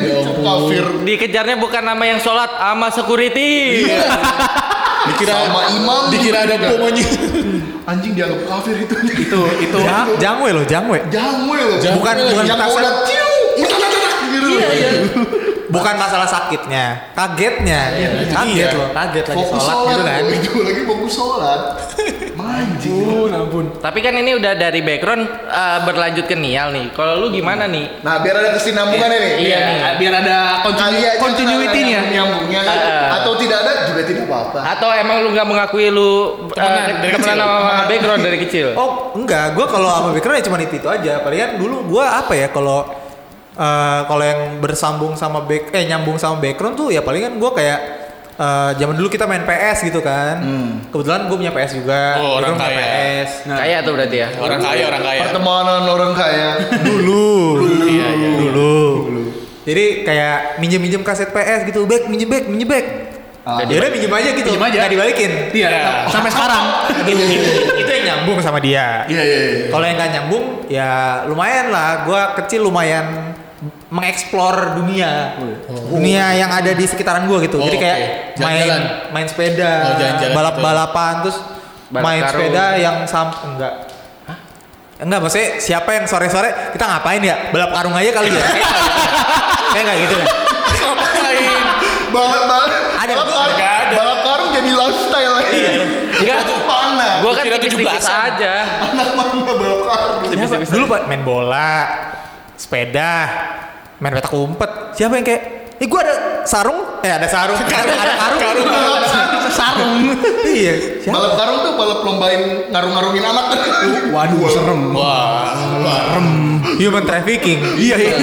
Dicap kafir.
Dikejarnya bukan nama yang sholat, sama security.
Dikira
Sama imam. gitu
dikira ada
Juga.
pomonya.
Anjing dianggap kafir itu.
Itu itu jangwe loh, jangwe.
Jangwe loh.
Bukan- bukan
yang
petasan.
udah ciu. Gitu.
Bukan masalah sakitnya, kagetnya. Kaget loh, kaget lagi
Fokus
sholat
sholat
gitu kan.
loh, itu lagi fokus sholat. Manjing.
Tapi kan ini udah dari background eh, berlanjut ke Nial nih. Kalau lu gimana nih?
Nah biar ada kesinambungan ini.
Iya, nih.
Biar ada
Kali aja
continuity-nya.
ada Nyambungnya kan.
Ah.
Atau tidak ada juga tidak apa-apa.
Atau emang lu nggak mengakui lu eh,
Temenan dari
temenan
kecil.
sama background dari kecil?
Oh, enggak, gua kalau sama background ya cuma itu, itu aja. Palingan dulu gua apa ya kalau eh, kalau yang bersambung sama back eh nyambung sama background tuh ya palingan gua kayak eh, zaman dulu kita main PS gitu kan.
Hmm.
Kebetulan gua punya PS juga.
Oh, orang
background punya
kaya.
PS.
Nah.
Kayak tuh berarti ya.
Orang kaya, orang kaya.
Pertemanan orang kaya.
dulu
Iya,
dulu jadi kayak minjem minjem kaset PS gitu back minjem back minjem back
Ah.
jadi minjem aja gitu
Minjem aja.
nggak dibalikin
Iya.
Iya.
Sampai sekarang.
itu yang nyambung sama dia
Iya iya. iya.
kalau yang nggak nyambung ya lumayan lah gua kecil lumayan mengeksplor dunia dunia yang ada di sekitaran gua gitu
Oh,
jadi kayak main
oke. Jalan-jalan.
main sepeda
Oh, jalan-jalan
balap
gitu.
balapan terus
Balap
main
karung.
sepeda yang sam enggak Enggak, maksudnya siapa yang sore-sore kita ngapain ya? Balap karung aja kali ya? Kayak- Kayak nggak gitu deh.
Lain.
Balap balap.
Ada. Iya.
balap karung.
Nggak ada.
Balap karung jadi lifestyle lagi.
Enggak.
Itu panah.
Gua kan
Kira
tipis-tipis
17-an.
aja.
Anak mana balap karung.
Siapa? Dulu Pak, main bola, sepeda, main petak umpet. Siapa yang kayak, eh gua ada sarung, eh ada sarung, ada, ada karung.
Sarung.
iya. Siapa?
Balap karung tuh balap lombain ngarung-ngarungin anak.
Waduh, serem.
Wah.
Human trafficking. iya iya.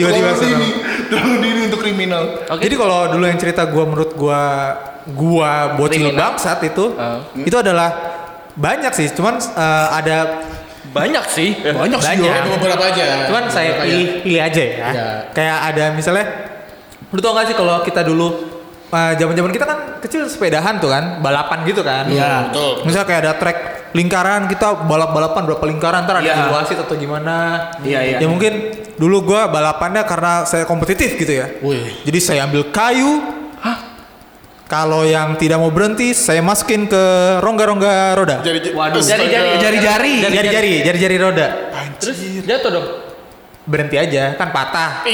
Tiba-tiba
Terlalu
serem.
dini. Terlalu dini untuk kriminal.
Oke.
Jadi kalau dulu yang cerita gua menurut gua gua bocil
Kriminal.
bangsat itu,
Ah.
itu adalah banyak sih, cuman eh, ada
Banyak sih.
Banyak sih.
Eh,
Yo.
banyak.
Ada beberapa aja.
Cuman saya
Beberapa
pilih, pilih aja ya.
Iya.
Kayak ada misalnya, lu tau gak sih kalau kita dulu eh, zaman-zaman kita kan kecil sepedahan tuh kan, balapan gitu kan.
Iya. Betul.
Misalnya kayak ada trek lingkaran kita balap-balapan berapa lingkaran ntar ada
Iya.
yang wasit atau gimana
Iya, iya.
ya mungkin dulu gua balapannya karena saya kompetitif gitu ya
Wih.
jadi saya ambil kayu kalau yang tidak mau berhenti saya masukin ke rongga-rongga roda
Jadi
Waduh.
astaga.
Jari-jari,
Jari-jari.
jari-jari jari-jari roda
Terus jatuh dong.
berhenti aja kan patah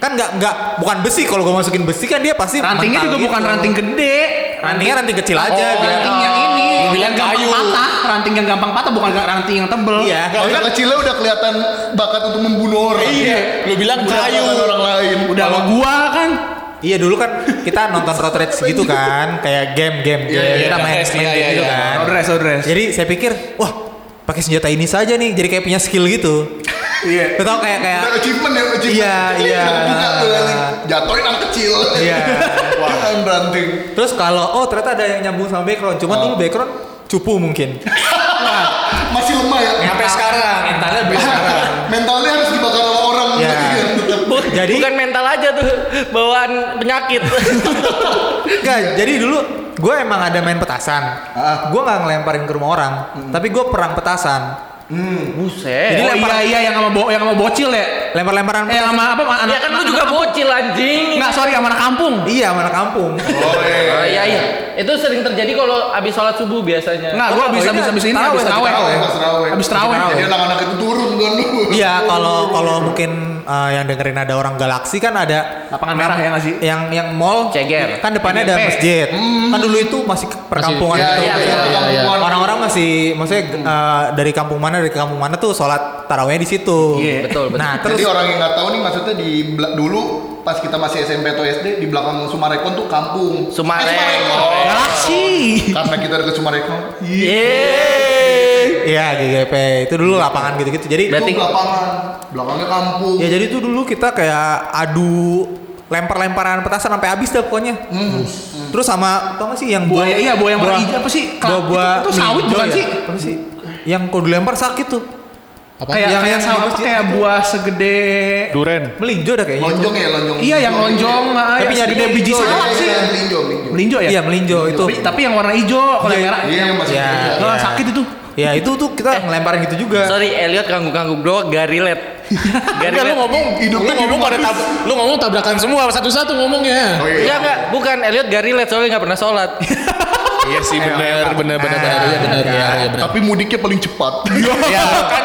kan nggak nggak bukan besi kalau gua masukin besi kan dia pasti
Rantingnya
mental
juga bukan
gitu.
ranting gede.
rantingnya ranting kecil aja
Oh,
biar-
Ranting yang ini,
Dibilang
yang gampang
kayu.
patah, ranting yang gampang patah bukan ranting yang tebel.
iya
Kalau yang kecilnya udah kelihatan bakat untuk membunuh orang.
Lu bilang
Bukan
kayu.
tangan orang lain.
Udah sama gua kan.
Iya dulu kan kita nonton road race gitu kan, kayak game game game
iya,
kita
iya,
main
iya,
main
iya,
game gitu
iya.
kan.
Odres, odres.
Jadi saya pikir, wah pakai senjata ini saja nih, jadi kayak punya skill gitu. Iya. tau kayak kayak
Udah achievement ya, achievement.
Iya,
Ini
iya.
udah buka tuh, Eling. Jatuhin anak kecil.
Iya.
Wah, beranting.
terus kalau oh ternyata ada yang nyambung sama background, cuman
Oh.
dulu background cupu mungkin.
Masih lemah ya.
Mental-
sekarang.
mentalnya lebih sekarang.
Mentalnya harus dibakar sama orang.
Iya.
berarti kan, tetep.
Bu-
Jadi-
bukan mental aja tuh bawaan penyakit.
Enggak, jadi dulu gue emang ada main petasan.
Ah.
Gue nggak ngelemparin ke rumah orang, tapi gue perang petasan.
Buset.
Jadi
oh iya
lempar-
iya yang sama bo- yang sama bocil ya.
Lempar-lemparan.
Eh sama apa anak
Ya kan lu juga bocil anjing.
Enggak, sorry sama anak kampung.
Iya, mana kampung.
Oh, iya.
Oh, iya iya. Itu sering terjadi kalau abis sholat subuh biasanya.
Enggak, gua
Oh,
habis
iya.
habis habis ini
Tarawih,
habis
habis
terawih.
tarawih,
habis tarawih.
Habis terawih.
Habis
Jadi anak-anak itu turun kan lu.
Iya, kalau kalau mungkin eh, yang dengerin ada orang galaksi kan ada
Lapangan merah ya nggak sih?
yang yang mall
Ceger.
kan depannya ada
IMP.
masjid
Mm.
kan dulu itu masih ke- perkampungan
Iya,
gitu
iya,
iya,
iya, iya.
orang-orang masih maksudnya
Mm.
eh, dari kampung mana dari kampung mana tuh sholat tarawehnya di situ
Iya. Betul, betul.
nah terus
Jadi orang yang nggak tahu nih maksudnya di bela- dulu pas kita masih SMP atau SD di belakang Sumarekon tuh kampung.
Sumarek.
Eh,
Oh.
Galaksi.
Karena kita dekat Sumarekon.
Eh,
Yeay.
iya GGP itu dulu lapangan gitu-gitu jadi
Berarti-
Itu belakangan. Belakangnya kampung.
ya jadi tuh dulu kita kayak adu lempar-lemparan petasan sampai habis deh pokoknya terus sama tau gak sih yang
Buaya
buah-
iya buaya yang warna
buah-
hijau apa sih? Kela-
buah buah
itu, itu sawit
hijau
bukan
ya?
sih?
Apa sih? Yang kalau dilempar sakit tuh.
Apa?
Kayak
Yang-
kayak
yang
sawit
di
apa,
masjid
kayak buah segede
Duren.
Melinjo dah kayaknya.
lonjong ya lonjong.
Iya yang lonjong, ah,
Tapi
yang
nyari
segede
dia biji
Iya,
salak
iya,
sih.
iya, Melinjo, melinjo.
Melinjo ya?
Iya, melinjo itu.
Tapi, tapi yang warna hijau kalau yang merah.
Iya yang masih.
Iya.
melinjo.
Oh,
Iya.
sakit itu.
Ya itu tuh kita ngelemparin gitu juga.
Sorry Elliot ganggu-ganggu bro, gak relate. Gak
Enggak lu
relate.
ngomong
Hidup
lu
Iya,
lagi
ngomong
hidup
pada tab lu ngomong tabrakan semua satu-satu ngomongnya.
Oh, iya.
Enggak enggak, bukan Elliot gak relate soalnya gak pernah sholat.
Iya sih benar benar benar benar iya benar iya iya, benar.
Tapi mudiknya paling cepat.
Ya kan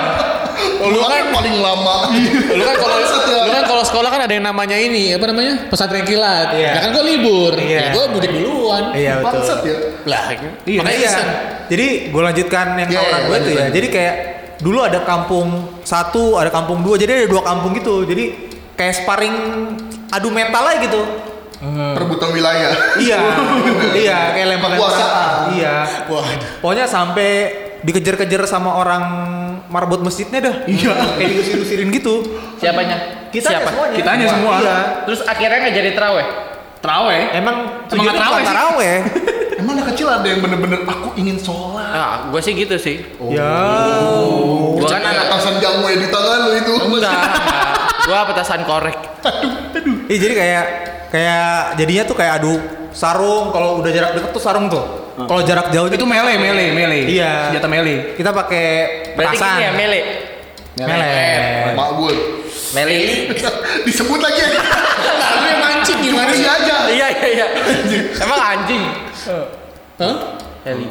Lu kan paling lama.
lu kan kalau
Setiap-
lu kan kalau sekolah kan ada yang namanya ini apa namanya? Pesantren kilat.
Iya.
Ya kan gua libur.
Iya.
Ya gua mudik duluan.
Iya
Bangsat
betul.
ya.
Lah.
Iya.
Makanya
iya.
iseng.
Jadi gue lanjutkan yang
Iya,
tawaran
iya,
gue tuh ya.
lanjut.
Jadi kayak dulu ada kampung satu, ada kampung dua. Jadi ada dua kampung gitu. Jadi kayak sparring adu mental aja gitu.
Perebutan wilayah.
Iya. iya, kayak
Kekuasaan.
lempar-lemparan. Iya.
Waduh.
Pokoknya sampai dikejar-kejar sama orang marbot masjidnya dah. Iya. Kayak diusir-usirin gitu.
Siapanya?
Kita
Siapa?
semuanya.
Kitanya semua.
Iya.
Terus akhirnya gak jadi terawih.
Terawih.
Emang
Emang nggak
tujuannya bukan
taraweh sih?
taraweh.
Emang anak kecil ada yang bener-bener aku ingin sholat.
Ah, gue sih gitu sih.
Ya.
Gue kan
Jangan
anak
atasan jamu ya di tangan lu itu.
enggak. Gue petasan korek.
Iya jadi kayak kayak jadinya tuh kayak adu sarung kalau udah jarak deket tuh sarung tuh. Kalau jarak jauh
Itu mele, mele, mele.
Iya.
Senjata mele.
kita pakai
Berarti
petasan.
gini ya, mele.
Mele.
Eh, Mak gue.
Mele.
Disebut lagi ya.
Lalu yang mancing gimana
Cukup
sih?
aja.
Iya iya iya. Emang anjing.
Hah?
Heli.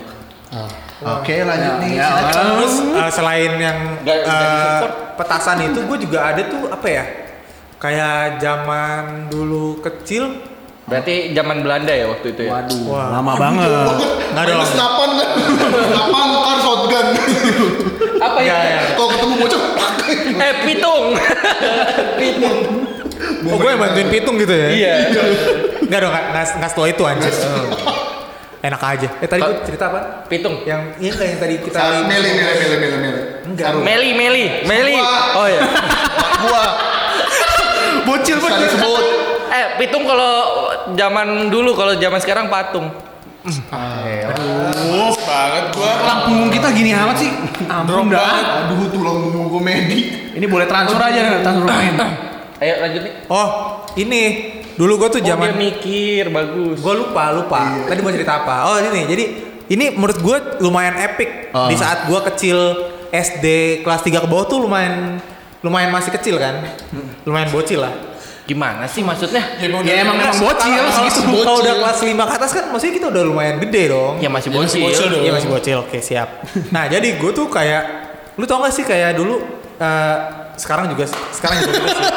Oke
Iya,
lanjut nih.
Terus eh, selain yang
Nggak- nggak
eh,
disupport.
petasan itu gue juga ada tuh apa ya? Kayak zaman dulu kecil
Berarti zaman Belanda ya waktu itu ya.
Wah.
Lama banget.
Nggak ada
Main
lagi.
senapan kan. Senapan kan shotgun.
Apa ya?
Iya, iya.
Kalau ketemu bocah.
Eh, pitung. pitung.
Oh, gue yang bantuin pitung gitu ya?
Iya.
Enggak dong, nggak- nggak nggak setua itu anjir. Enak aja. Eh tadi gue cerita apa?
Pitung.
Yang iya nggak yang tadi kita
Sarung. Meli meli meli meli meli.
Enggak.
Sarung.
Meli, Meli, Meli.
Semua.
Oh ya.
Mak gua.
Bocil
Bisa
bocil.
disebut.
Eh, pitung kalau zaman dulu kalau zaman sekarang patung.
Banget gua.
Tulang punggung kita gini amat sih. Ampun dah.
Aduh tulang punggung komedi.
Ini boleh transfer aja, transfer main.
Ayo lanjut nih.
Oh, ini dulu gue tuh
Oh, dia
zaman
mikir bagus.
gue lupa lupa. Tadi mau cerita apa? Oh ini jadi ini menurut gue lumayan epic di saat gue kecil SD kelas 3 ke bawah tuh lumayan lumayan masih kecil kan lumayan bocil lah
Gimana sih maksudnya?
Ya, emang
Ya
udah
emang
kelas.
emang bocil
kalau
segitu.
kalau- kalau udah
bocil.
kelas 5 ke atas kan maksudnya kita udah lumayan gede dong
Ya masih bocil.
bocil dong.
Iya masih bocil, oke siap. Nah jadi gue tuh kayak, lu tau gak sih kayak dulu, eh, sekarang juga, sekarang juga gitu sih.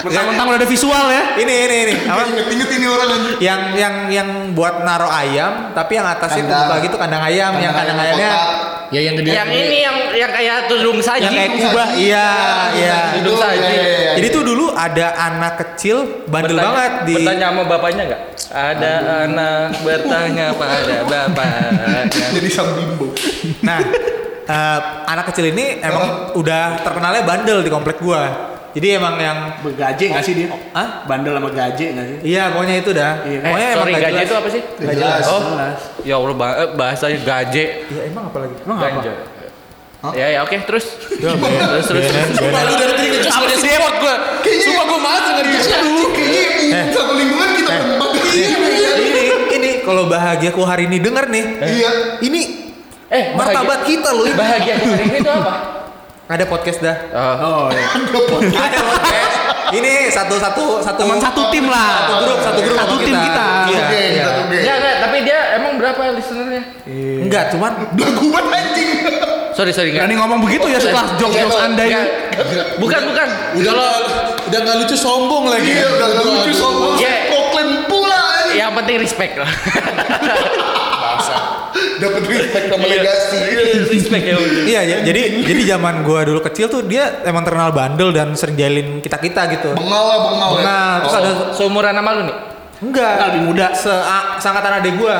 Mentang-mentang udah ada visual ya.
Ini ini ini, apa?
Inget-inget ini orang anjing.
Yang yang yang buat naro ayam, tapi yang atasnya itu
Kandang.
buka gitu kandang ayam, yang kandang
Kandang
ayamnya
kotak.
Ya yang gede.
Yang ini yang yang kayak tudung saji.
yang kayak
Hidung
kubah,
saji.
iya iya.
Hidung
Itu,
saji.
iya, iya, iya.
Jadi tuh dulu ada anak kecil bandel
Bertanya-
banget di
bertanya sama bapaknya nggak? Ada anak bertanya pada bapaknya.
jadi sang bimbo.
Nah, eh, anak kecil ini emang udah terkenalnya bandel di komplek gua. Jadi emang yang
Begaje nggak sih dia?
Hah?
Bandel sama gaje nggak sih?
Iya, pokoknya itu dah.
Iya.
Eh,
Pokoknya
sorry
gak
gaje
jelas.
itu apa sih?
Gak jelas.
Oh, ya Allah ba- eh, bahasanya gaje.
Ya emang apa lagi? Emang
Ganja. Ya ya oke terus. terus terus. terus.
iya.
Sumpah lu dari tadi ngejus sama dia semut gue. Sumpah gue mati dengan dia.
Iya,
Eh.
Kayaknya satu lingkungan kita berempat. Iya, iya.
Ini ini kalau bahagia ku hari ini denger nih.
Iya.
Ini
Eh,
martabat kita loh ini.
Bahagia hari ini itu apa?
Ada podcast dah.
Oh,
Ada podcast. eh, Ini satu satu satu
Teman satu tim
satu
lah.
grup satu grup
Satu
sama
tim kita.
Iya.
Oke,
iya.
satu geng.
Enggak, enggak, tapi dia emang berapa listenernya?
Enggak, cuman
Belagu banget anjing.
Sorry, sorry,
Berani
enggak.
ngomong begitu ya setelah jokes-jokes anda ini.
Bukan, bukan.
Udah lah, udah nggak lucu sombong lagi.
Iya, udah gak lucu sombong.
Iya.
Koklen pula eh. anjing.
Yang penting respect lah.
Dapat respect sama
Iya.
legasi.
respect ya udah.
Iya, ya, jadi jadi zaman gua dulu kecil tuh dia emang terkenal bandel dan sering jalin kita-kita gitu.
Bengal lah, bengal. ya.
Nah, terus ada
Seumuran sama lu nih?
enggak
lebih muda.
se sangkatan adek gua.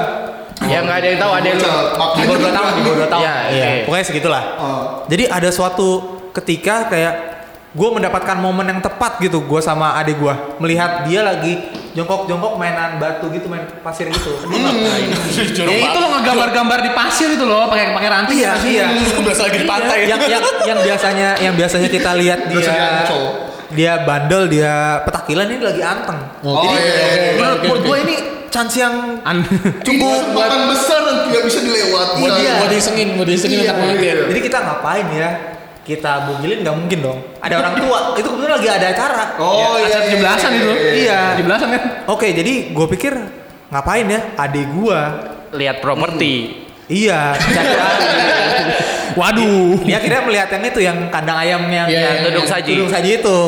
Ya enggak ada yang tahu, ada yang lu.
Bocah,
Di
makanya
bawah dua tahun, di bawah dua tahun.
Iya,
Iya,
oke.
pokoknya segitulah.
Oh.
Jadi ada suatu ketika kayak gue mendapatkan momen yang tepat gitu gue sama adik gue melihat dia lagi jongkok-jongkok mainan batu gitu main pasir gitu.
Hmm. Nah,
Ya, itu lo ngegambar-gambar di pasir itu loh pakai pakai ranting
iya
ya,
iya.
Berasa lagi di pantai.
yang yang yang biasanya yang biasanya kita lihat dia
Biasanya ancol.
dia bandel dia petakilan ini lagi anteng.
Oh,
Jadi
iya, iya, iya.
menurut gue ini chance yang
An-
Cukup kesempatan besar dan tidak bisa dilewati.
Mau di,
Iya.
mau disengin, mau disengin
Iya,
anak mati ya.
Jadi kita ngapain ya? Kita bugilin nggak mungkin dong. Ada orang tua, itu kebetulan lagi ada acara.
Oh, iya.
acara 17-an itu.
Iya.
17-an kan.
Oke, jadi gue pikir ngapain ya? Adik gua.
Lihat properti.
Iya, cari lagi.
Waduh.
Dia akhirnya melihat yang itu yang kandang ayam yang,
Iya,
yang
yang
tudung saji.
tudung saji itu.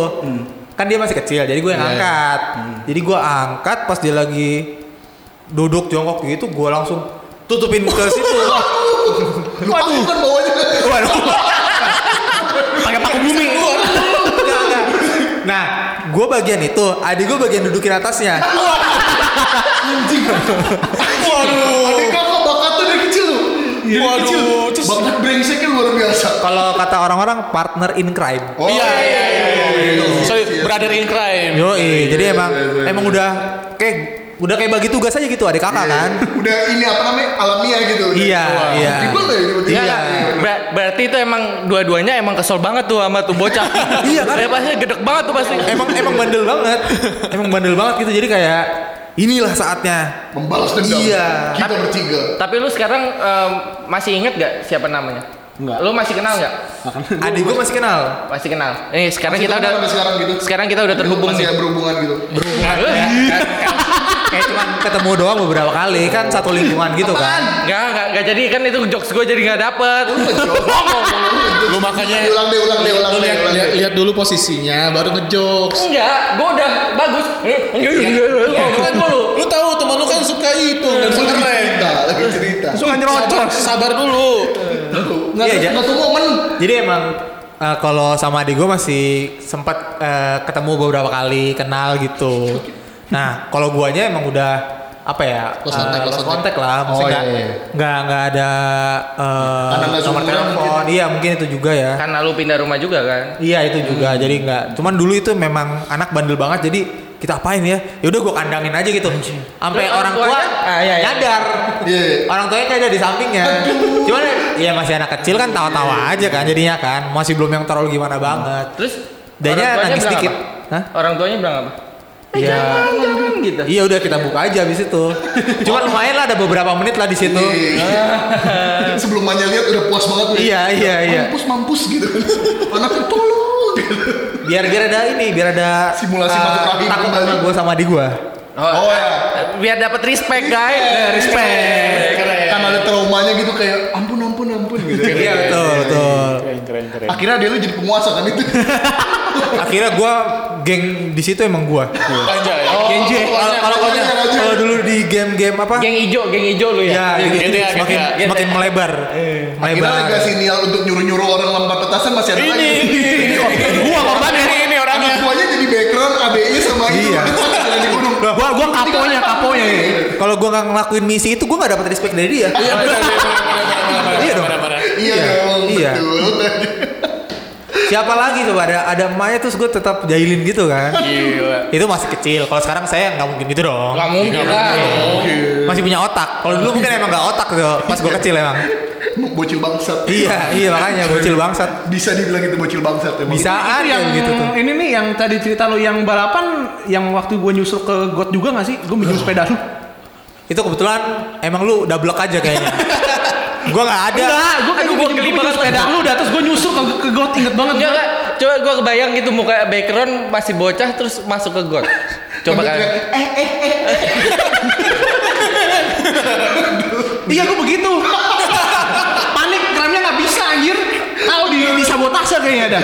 Kan dia masih kecil, jadi gue yang
Iya.
angkat. Jadi gue angkat pas dia lagi duduk jongkok gitu, gue langsung tutupin ke situ.
Lu aku kan bawanya.
Waduh.
Pakai paku bumi.
Enggak, enggak. Nah, gue bagian itu, adik gue bagian dudukin atasnya.
Anjing. Adik kakak bakatnya dari kecil lu. Dari
Waduh,
kecil.
terus-
Bakat brengseknya luar biasa.
Kalau kata orang-orang partner in crime.
Oh,
Iya, iya, iya,
iya.
So, brother in
iya,
crime.
Yo, jadi emang emang udah kayak udah kayak bagi tugas aja gitu adik
iya.
kakak kan.
Udah ini apa namanya? Alamiah gitu.
Iya,
Wah,
iya.
ribet ya tiba-tiba.
Iya.
Ber- berarti itu emang dua-duanya emang kesel banget tuh sama tuh bocah.
Iya kan?
Ya, pasti gedek banget tuh pasti.
Emang emang bandel banget. Emang bandel banget gitu. Jadi kayak inilah saatnya.
Membalas dendam.
Iya.
Kita bertiga.
Tapi lu sekarang em, masih inget gak siapa namanya?
Enggak.
Lu masih kenal nggak?
Adik gue masih kenal.
Masih kenal. Nih sekarang
Masih
kita
temenan
udah
sampai sekarang gitu.
sekarang kita udah terhubung
Masih
nih.
berhubungan gitu.
Berhubungan ya. Kayak- Kayak cuman ketemu doang beberapa kali kan satu lingkungan gitu kan.
Enggak, enggak, enggak jadi kan itu jokes gue jadi nggak dapet.
Lu makanya
Ulang deh, ulang deh, ulang
lu
deh,
lihat
ulang
lihat-
deh.
lihat dulu posisinya, baru ngejokes.
Enggak, gue udah bagus. Iya. Ngomongin dulu.
Lu tahu teman lu kan suka itu, nggak bisa
Lagi
ngerem.
cerita, lagi cerita.
Suka
Sabar,
nyerocos.
sabar dulu.
Nggak
Iya, Ja.
nggak tuh momen.
Jadi emang eh, kalau sama adik gue masih sempat eh, ketemu beberapa kali, kenal gitu. Nah, kalau guanya emang udah apa ya?
Lost contact,
eh,
lost
lost contact
contact.
lah,
Oh,
maksudnya
iya,
nggak
iya.
nggak nggak ada eh,
Karena nggak
nomor
sehubungan
telepon. Iya, mungkin itu juga ya.
Karena lu pindah rumah juga kan.
Iya, itu juga. Jadi nggak. Cuman dulu itu memang anak bandel banget. Jadi kita apain ya? Ya udah gue kandangin aja gitu. Sampai
Terus
orang
orang
tua
tuanya? Ah, iya, iya.
nyadar.
Iya, iya.
Orang tuanya ada di sampingnya. Cuman ya masih anak kecil kan tawa-tawa aja kan jadinya kan. Masih belum yang terlalu gimana banget.
Terus orang
Danya
tuanya
nangis
bilang
dikit.
apa?
Hah?
Orang tuanya bilang apa? ya jangan gitu
Iya udah kita buka aja abis itu. Cuma lumayan lah ada beberapa menit lah di situ.
Iya. Sebelum Manya lihat udah puas banget nih.
Iya, iya, iya.
Mampus mampus gitu. Anak itu lu.
Biar biar ada ini, biar ada
Simulasi
eh,
masuk rahim
takut
kembali.
sama gue sama adik gue.
Oh
iya.
ya.
biar dapat respect
Iya,
guys
Respect. Kan ada traumanya gitu kayak ampun ampun ampun gitu. iya.
Iya betul betul.
Keren keren keren.
Akhirnya dia lu jadi penguasa kan itu.
Akhirnya gue geng di situ emang gue.
Iya.
Anjay.
Genji. Kalau kalau
keluarnya,
kalau-
keluarnya.
kalau dulu di game-game apa?
geng ijo geng ijo lu
Ya,
ya
gitu.
GTA,
semakin
GTA.
semakin melebar.
Kita
Melebar.
legasi nial untuk nyuruh-nyuruh orang lempar petasan masih ada lagi.
Gua korban ini ini orangnya.
Anak buahnya jadi background ABI sama itu.
Iya.
Jalan di gunung.
Gua gua
kaponya kaponya
kalau gua nggak ngelakuin misi itu gua nggak dapat respect dari dia.
Iya benar, benar, benar,
Iya
benar,
dong.
benar, benar.
Iya
Iya,
dong,
iya.
betul.
Siapa lagi coba ada ada emaknya terus gua tetap jahilin gitu kan.
Gila.
Itu masih kecil. Kalau sekarang saya nggak mungkin gitu dong.
nggak mungkin lah
Masih punya otak. Kalau dulu mungkin emang nggak otak tuh pas gua kecil emang.
Emang Bocil bangsat.
Iya, iya makanya bocil bangsat.
Bisa dibilang itu bocil bangsat emang.
Bisa
Nah, Itu
aja
yang
gitu tuh.
ini nih yang tadi cerita lo yang balapan yang waktu gue nyusul ke got juga gak sih? Gue minjem sepeda lu.
Itu kebetulan emang lu double aja kayaknya. gua nggak ada.
Enggak, gue kan
Aduh,
gue
gua geli
minjem
banget.
sepeda lu udah terus gue nyusul ke, ke got inget
Iya,
banget
Enggak,
gua.
enggak. Coba gua kebayang gitu muka background masih bocah terus masuk ke got. Coba
Sambil
kan.
teriak, Eh eh eh.
Iya gue begitu. Panik remnya nggak bisa anjir. Tahu di di sabotase kayaknya ada.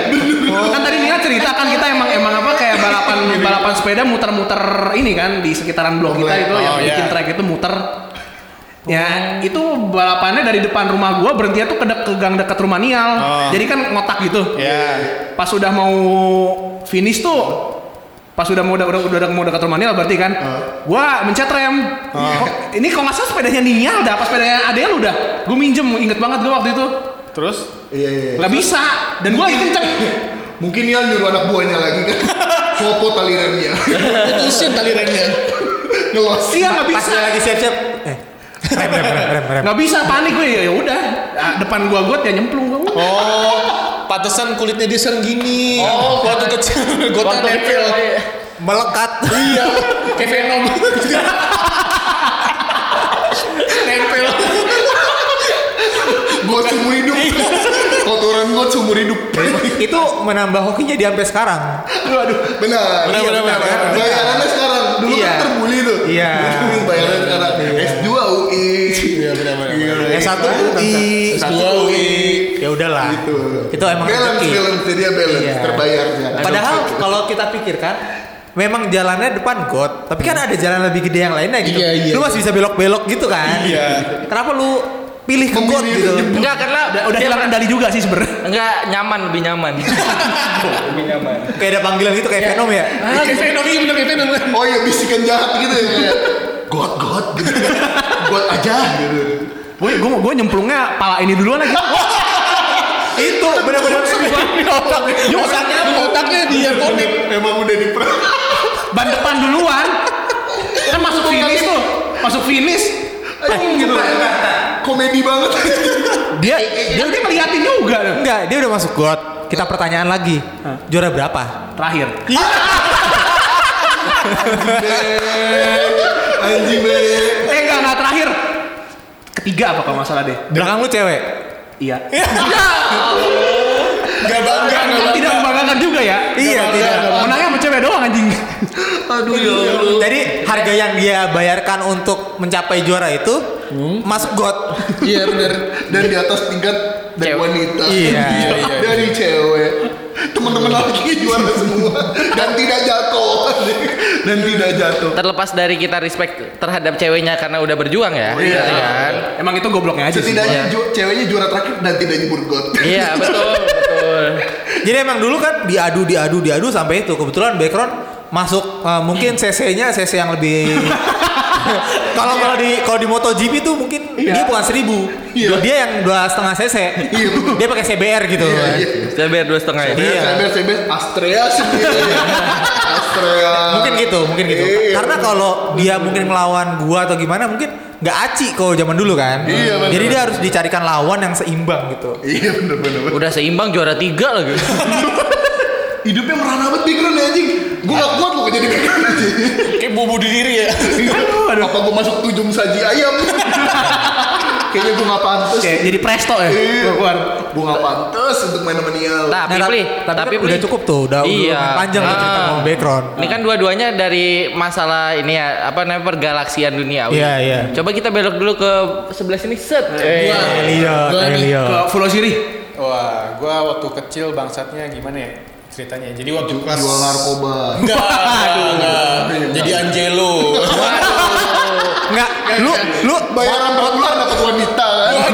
Oh.
Kan tadi Nia cerita kan kita emang emang apa kayak balapan balapan sepeda muter-muter ini kan di sekitaran blok kita itu
Oh,
yang bikin
iya.
trek itu muter. Ya, itu balapannya dari depan rumah gua berhentinya tuh ke, dek- ke gang dekat rumah Nial.
Oh.
Jadi kan ngotak gitu.
Iya.
Ya.
Pas udah mau finish tuh pas udah mau udah udah udah mau dekat rumah Nial berarti kan gua mencet rem Kok- ini kok nggak salah sepedanya Nial dah pas sepedanya Adel udah gua minjem inget banget gua waktu itu
Terus
Iya iya.
nggak bisa dan gua lagi kenceng
Mungkin dia nyuruh anak buahnya lagi kan. Foto tali remnya. Putusin tali remnya. Ngelos.
iya nggak
Pas
bisa
dia lagi siap-siap. Eh, rem rem rem rem rem.
nggak bisa panik gue ya ya udah Ah, depan gua got ya nyemplung gua
Oh, pantesan kulitnya dia sering gini.
Oh,
waktu kecil gota
Waktu
nempel.
kecil, iya.
Melekat.
Iya, kayak Venom. nempel.
Gue seumur hidup.
Iya.
Kotoran gue seumur hidup.
itu menambah hokinya di sampai sekarang.
Aduh, benar.
Benar, benar, benar, benar.
Bayarannya sekarang. Dulu
Iya.
kan terbuli tuh.
Iya.
Bayarannya sekarang. S2 UI.
Iya, benar, benar,
Iya,
benar.
Yang satu kan UI, satu
Dua UI.
Ya udahlah.
Gitu.
Itu emang
balance,
rezeki.
balance. Jadi dia balance.
Iya.
Terbayar. ya.
Padahal kalau kita pikirkan Memang jalannya depan got, tapi kan ada jalan lebih gede yang lainnya gitu.
Iya, iya.
Lu masih bisa belok-belok gitu kan?
Iya.
Kenapa lu pilih ke got
Memilih
gitu?
jebol.
Enggak karena
udah udah
dia-
hilang kendali juga sih sebenarnya
Enggak nyaman lebih nyaman. lebih nyaman.
Kayak ada panggilan gitu kayak Venom ya?
Kayak Venom, iya benar kayak Venom.
Oh iya bisikan jahat gitu ya. kayak, God, God. Gitu. God aja. Gitu.
gue gue gue nyemplungnya pala ini duluan lagi
Gitu,
itu benar-benar semua di otak.
Otaknya, otaknya dia konek.
Emang udah diperang.
ban depan duluan kan masuk finish tuh masuk finish
Aduh, gitu. Komedi banget.
dia dia dia ngeliatin juga
Enggak, dia udah masuk got. Kita pertanyaan lagi. Juara berapa?
terakhir
Anjing banget.
eh enggak enggak terakhir ketiga apa kalau masalah deh
Belakang lu cewek.
iya
Gak Ya. bangga, gak
Kan tidak
bangga.
membanggakan juga ya
Iya, tidak.
menangnya sama cewek doang anjing
Aduh, ya Allah.
Jadi harga yang dia bayarkan untuk mencapai juara itu
Hmm?
masuk got.
Iya benar. Dan di atas tingkat dari
Cewek.
wanita.
Iya, iya, iya.
Dari cewek. Teman-teman laki juara semua dan tidak jatuh. Dan tidak jatuh.
Terlepas dari kita respect terhadap ceweknya karena udah berjuang ya.
Iya.
Iya kan?
emang itu gobloknya aja sih
Setidaknya ju- ceweknya juara terakhir dan tidak nyebur got.
Iya, betul, betul.
Jadi emang dulu kan diadu diadu diadu sampai itu kebetulan background masuk eh, mungkin CC-nya CC yang lebih kalau kalau di kalau di MotoGP itu mungkin dia bukan seribu
Iya.
dia yang dua setengah CC
Iya.
dia pakai CBR gitu kan.
Iya.
Saya biar dua setengah ya.
Iya.
Sambil sambil Astrea sendiri. Astrea.
mungkin gitu mungkin gitu
Iya.
karena kalau dia mungkin melawan gua atau gimana mungkin nggak aci kalau zaman dulu kan
Iya, bener.
jadi dia harus dicarikan lawan yang seimbang gitu
Iya bener bener. bener.
Udah seimbang juara tiga lagi.
Hidupnya merana banget background anjing. Gue gak kuat loh jadi bacon anjing.
Kayak bobo di diri ya.
Apa gue masuk tujung saji ayam? Kayaknya gue gak pantas.
Kayak jadi presto ya.
Iya.
Gua keluar.
Gue gak pantas untuk main sama Nial.
Tapi
Nah,
Pli,
tapi
tapi
kan udah
Pli.
cukup tuh, udah- udah lumayan panjang tuh cerita
Ah.
ngomong background.
Ini kan dua-duanya dari masalah ini ya, apa namanya pergalaksian dunia.
Iya, iya.
Coba kita belok dulu ke sebelah sini set. Eh,
Elliot,
Gua nih.
Elliot.
Ke Pulau Siri.
Wah, gua waktu kecil bangsatnya gimana ya ceritanya? Jadi waktu kelas
Jual narkoba. Iya.
Enggak, enggak, enggak. Jadi Angelo.
Enggak, lu lu
Bayaran per bulan dapat wanita kan?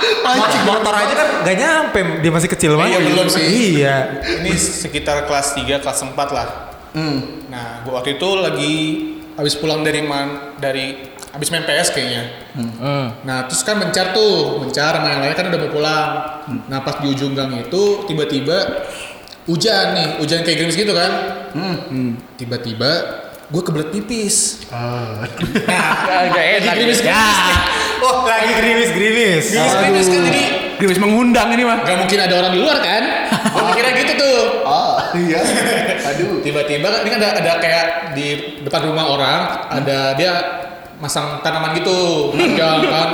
Anjing.
motor aja kan gak nyampe dia masih kecil banget.
Iya, belum sih.
Iya.
Ini sekitar kelas 3, kelas 4 lah. Nah, gua waktu itu lagi habis pulang dari man dari habis main PS kayaknya.
hmm.
Nah, terus kan mencar tuh, mencar sama yang lain kan udah mau pulang. Nah, pas di ujung gang itu tiba-tiba hujan nih, hujan kayak gerimis gitu kan. Tiba-tiba gue kebelet pipis.
Nggak- nggak enak.
gerimis, gerimis.
Oh, lagi gerimis gerimis.
Gerimis, gerimis kan jadi
Grimis mengundang ini mah.
Gak mungkin ada orang di luar kan? Gue mikirnya gitu tuh.
Ah, iya. Aduh.
Tiba-tiba kan ini kan ada, ada kayak di depan rumah orang ada dia masang tanaman gitu panjang kan.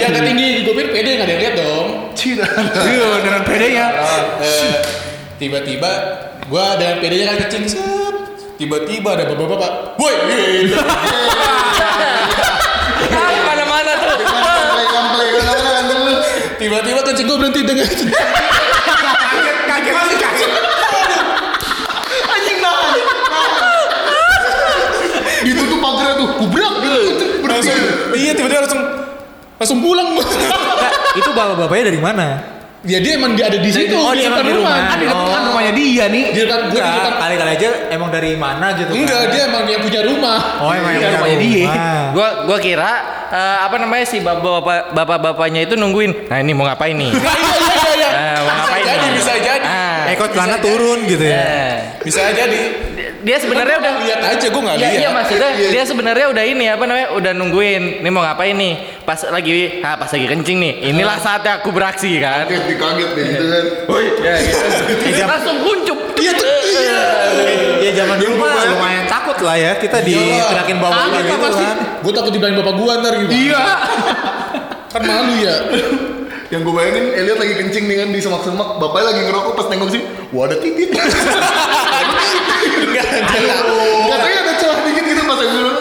dia agak tinggi, gue pikir pede nggak ada yang lihat dong.
Cina.
Iya, dengan pedenya.
Eh, tiba-tiba gue ada pedenya kan kencing set. Tiba-tiba ada bapak-bapak, woi,
Iya.
gitu.
Ah, Mana-mana tuh.
Play kan play kan apa kan dulu.
tiba-tiba kencing gue berhenti dengan
Kaget kaget masih kaget.
Anjing nahan. nahan. Itu tuh pagar tuh kubrak gitu. Berarti
langsung, iya tiba-tiba langsung langsung pulang.
Nggak, itu bapak-bapaknya dari mana?
ya dia emang dia ada di situ,
oh, dia emang di rumah.
Kan di depan
Oh.
rumahnya dia nih.
Dia kan gue di
Enggak,
depan
kali-kali aja emang dari mana gitu. kan.
Enggak, dia emang yang punya rumah.
Oh, emang
Iya,
yang punya
rumahnya dia.
rumah.
Gua gua kira eh, apa namanya si bapak bapak bapaknya itu nungguin. Nah ini mau ngapain nih?
Iya, iya, iya, iya.
Eh, mau
Bisa
ngapain?
jadi,
nih?
bisa jadi.
Ah.
Eh, kok celana turun gitu
Iya.
ya.
Eh,
Bisa jadi.
Dia sebenarnya udah
lihat aja, gue nggak
Iya,
lihat.
iya maksudnya dia sebenarnya udah ini apa namanya udah nungguin nih mau ngapain nih pas lagi ah, pas lagi kencing nih inilah saatnya aku beraksi kan
Kaget nih kaget nih gitu kan. Woi.
langsung kuncup
Iya tuh, iya.
Ya zaman dulu mah
rumah.
lumayan takut lah ya kita diteriakin bawa
Iya. Takut
gitu
lah pasti.
kan.
Gue takut dibilangin bapak gue ntar gitu. Iya. kan malu ya.
Yang gue bayangin Elliot lagi kencing nih kan di semak-semak. Bapaknya lagi ngerokok pas nengok sih. Wah ada titik.
Enggak ada lah.
Katanya ada celah dikit gitu pas yang dulu.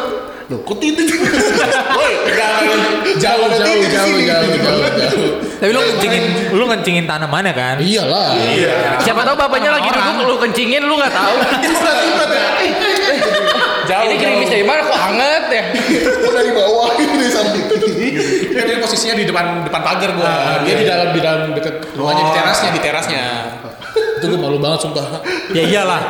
Loh kok titik?
Woi, enggak, enggak, enggak. Jauh, jauh, jauh, jauh, jauh, jauh.
Tapi lu kencingin lu ngencingin tanamannya kan?
Iyalah. Iya.
siapa tahu bapaknya lagi
Orang.
duduk lu kencingin lu nggak tahu
Imprat imprat ya. Eh, eh,
Jauh,
ini
jauh.
gerimis dari mana kok hangat ya
eh. Dari bawah gitu dari samping.
Kan dia posisinya di depan depan pagar gua. dia di dalam di dalam deket rumahnya di terasnya, di terasnya. Itu gue malu banget sumpah.
Ya iyalah.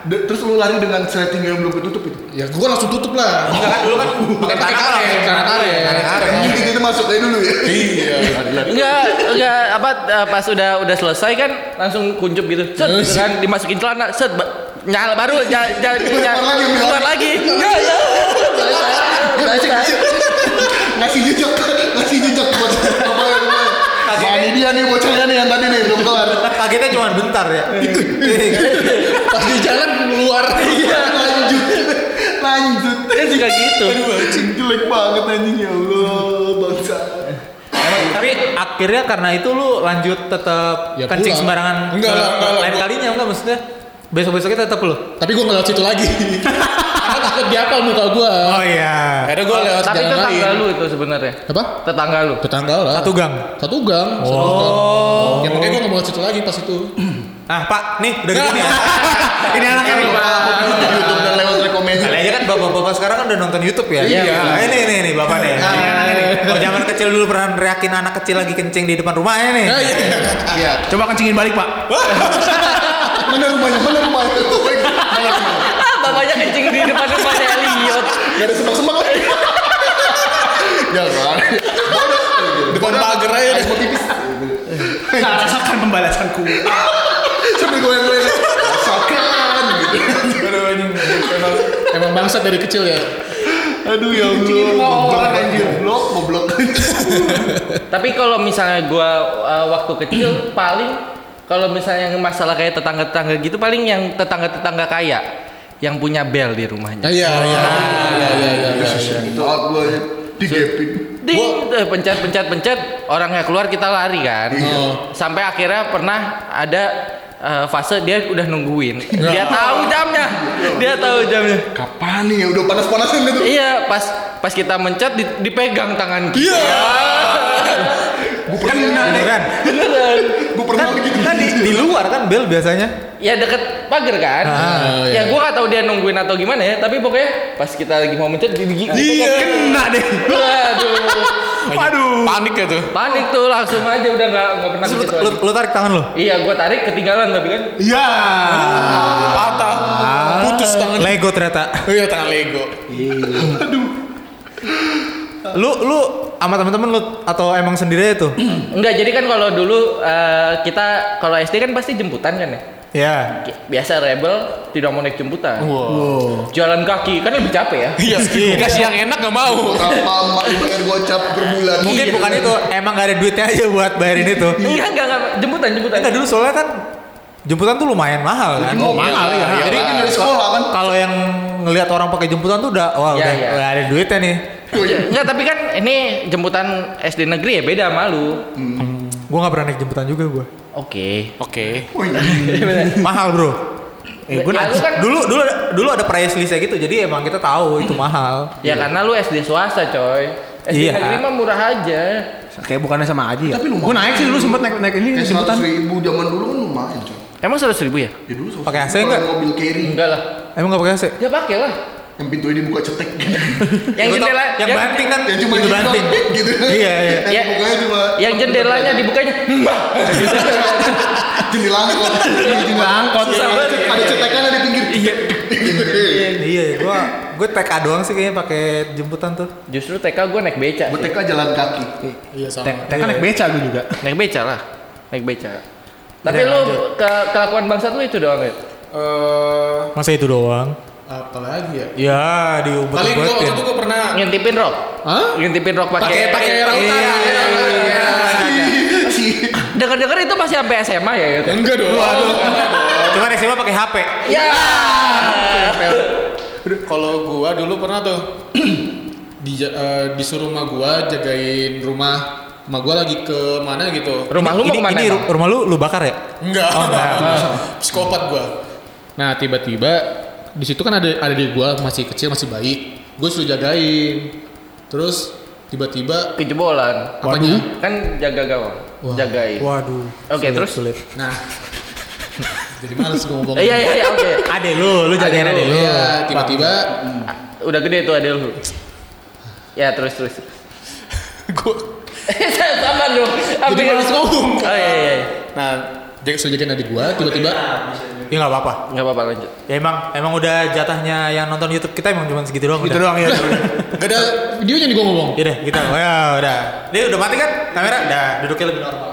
De- Terus lu lari dengan setting yang belum ketutup itu.
Ya gue langsung tutup lah. Enggak kan dulu kan pakai tanah karet, tanah karet. Iya.
Jadi Nah, kita masuk aja dulu ya. Iya.
enggak enggak apa eh, pas udah udah selesai kan langsung kuncup gitu set gitu kan dimasukin celana set ba- nyala baru nyala, nyala,
lagi, keluar
keluar lagi enggak ya
Ngasih jejak, ngasih jejak buat apa yang kemarin. Nah, ini dia nih bocahnya nih yang tadi nih belum kelar.
Kagetnya cuma bentar ya.
Iya.
Iya.
Pas di jalan keluar.
Iya. Lanjut, lanjut.
Kan
dia juga gitu
Aduh, anjing jelek banget anjing ya Allah, bangsa.
Emang- Tapi akhirnya karena itu lu lanjut tetap
Ya,
kencing
pulang.
sembarangan.
Enggak lah, enggak lah,
Lain
gua-
kalinya enggak maksudnya. Besok-besoknya tetap lu.
Tapi gue ngelewat situ lagi. Karena takut dia apa muka gue.
iya.
Akhirnya gue lewat
tapi
jalan lain.
tetangga lu itu sebenarnya
Apa?
tetangga lu
Tetangga lah.
Satu gang. Oh.
Satu gang. Satu gang. Ya makanya gue nggak mau lewat situ lagi pas itu.
Nah, Pak, nih udah gini. Ini anaknya nih, Pak.
Di YouTube dan lewat rekomendasi.
Kali aja kan bapak-bapak sekarang kan udah nonton YouTube ya.
Iya.
Nah, ini nih nih bapak nih. Iya, Kalau zaman kecil dulu pernah reakin anak kecil lagi kencing di depan rumahnya nih.
Ya, ya.
Iya.
Coba kencingin balik, Pak.
Mana rumahnya? Mana rumahnya? Mana rumahnya?
ah bapaknya kencing di depan rumahnya Elliot
Gak ada semak-semak lagi. Ya kan. Bodoh.
Depan pagar aja deh.
Mau tipis.
Nah, rasakan pembalasanku.
Sambil goyang-goyang. Rasakan gitu.
Emang bangsat dari kecil ya.
Aduh ya Allah. Goblok anjir. Goblok, goblok.
Tapi kalau misalnya gua uh, waktu kecil eh, paling Kalau misalnya masalah kayak tetangga-tetangga gitu paling yang tetangga-tetangga kaya yang punya bel di rumahnya.
Ah, Iya, iya, iya, iya, iya, iya, iya.
Itu out gue aja digepin.
Ding, eh, pencet pencet pencet orangnya keluar kita lari kan.
Iya.
Oh.
Sampai akhirnya pernah ada eh, fase dia udah nungguin. Dia tahu jamnya. Dia tahu jamnya.
Kapan nih? Udah panas-panasan gitu.
Iya, pas pas kita mencet di- dipegang tangan kita.
Iya.
Gue pernah,
kan?
Beneran.
gue pernah
Kan,
gitu.
kan di, di luar kan bel biasanya.
Ya deket pagar kan.
Ah,
ya
iya.
gua nggak tahu dia nungguin atau gimana ya, tapi pokoknya pas kita lagi mau mencet di gigi.
Iya.
Kena deh.
Aduh.
Waduh.
Panik ya tuh.
Panik tuh langsung aja udah nggak nggak pernah
Terus lu,
mencet
lu,
lagi.
lu tarik tangan lo.
Iya, gua tarik ketinggalan tapi kan.
Ya.
Patah. Putus tangan.
Lego ternyata.
Iya, tangan Lego.
Lu lu sama temen-temen lu atau emang sendiri itu?
Enggak, jadi kan kalau dulu eh, kita kalau SD kan pasti jemputan kan ya.
ya.
Ki- Biasa rebel tidak mau naik jemputan.
Oh.
Jalan kaki kan lebih capek ya.
Iya, dikasih yang enak gak mau.
Berapa mak lu air gocap per bulan?
Mungkin
Iya.
bukan itu, emang gak ada duitnya aja buat bayarin itu.
Iya, enggak enggak jemputan jemputan.
Enggak dulu soalnya kan jemputan tuh lumayan mahal kan.
Oh, mahal ya. Jadi kan
Iya.
dari sekolah kan.
Kalau yang ngelihat orang pakai jemputan tuh udah
Iya,
wah udah
iya.
nggak ada duitnya nih.
Enggak, tapi kan ini jemputan SD negeri ya beda sama lu.
Gua nggak pernah naik jemputan juga gua.
Oke.
Oke.
Oh, iya.
Iya.
mahal, Bro.
Ya,
Eh, gua
ya,
naik-
lu kan-
dulu dulu ada- dulu ada price list gitu. Jadi emang kita tahu itu mahal.
Ya karena lu SD swasta, coy. SD
Iya.
negeri mah murah aja.
Kayak bukannya sama Aji ya.
Tapi lumayan.
Gua naik sih dulu sempet naik naik ini
Kayak
jemputan.
seratus ribu zaman dulu kan lumayan coy.
Emang seratus ribu ya?
Ya dulu seratus
Pakai AC
ribu
nggak?
kalau Mobil carry
Enggak lah.
Emang gak pakai AC?
Ya pakai lah.
yang pintunya dibuka cetek.
Yang
Lu tau-
jendela
yang banting kan
yang cuma
itu
gitu,
banting.
gitu.
Iya, iya.
Ya.
Yang bukanya cuma
yang jendelanya dibukanya.
jendela angkot. Jendela angkot.
Sama-
Ada cetekan ada pinggir. Iya.
Iya, gua gua TK doang sih kayaknya pakai jemputan tuh.
Justru TK gue naik beca. sih.
Betek jalan kaki.
Iya, sama.
Teka naik beca gua juga.
Naik beca lah. Naik beca. Tapi lu ke kelakuan bangsat lu itu doang ya?
Eh,
Masa itu doang?
apa lagi ya?
Ya, diumpet
Paling gua waktu itu gua pernah
Ngintipin rok.
Hah?
Ngintipin rok
pakai
pakai
pakai rautan.
Si-
Dengar-dengar itu masih sampai SMA ya gitu.
Eh. Enggak dong.
Cuman SMA pakai HP.
Ya.
Kalau gua dulu pernah tuh di, eh, disuruh rumah gua jagain rumah Emak gua lagi ke mana gitu.
Rumah lu mau
ini,
kemana? emang?
ini ru- rumah lu lu bakar ya?
Enggak.
Oh, enggak.
Psikopat gua. Nah, tiba-tiba di situ kan ada ada di gua masih kecil, masih bayi. Gue suruh jagain. Terus tiba-tiba
Kejebolan.
apanya?
Kan jaga gawang. Jagain.
Waduh.
Oke,
sulit,
terus?
sulit.
Nah. Jadi males gua ngomong.
Eh, Iya iya iya oke.
Ade lu, lu jagain
Ade
ade lu.
Iya, tiba-tiba
Ah, Udah gede tuh adil lu. Ya terus terus.
gua
Sama dong. Hampir.
jadi males ngomong.
Oh iya iya. iya.
Nah, jadi suruh jagain adik gua tiba-tiba
Ya enggak apa-apa.
Nggak apa-apa lanjut.
Ya emang emang udah jatahnya yang nonton YouTube kita emang cuma segitu doang. iya.
Gitu
udah.
doang ya.
Gak ada videonya nih gua ngomong.
Ya deh, kita. Ya udah. Dia udah mati kan? Kamera udah duduknya lebih normal.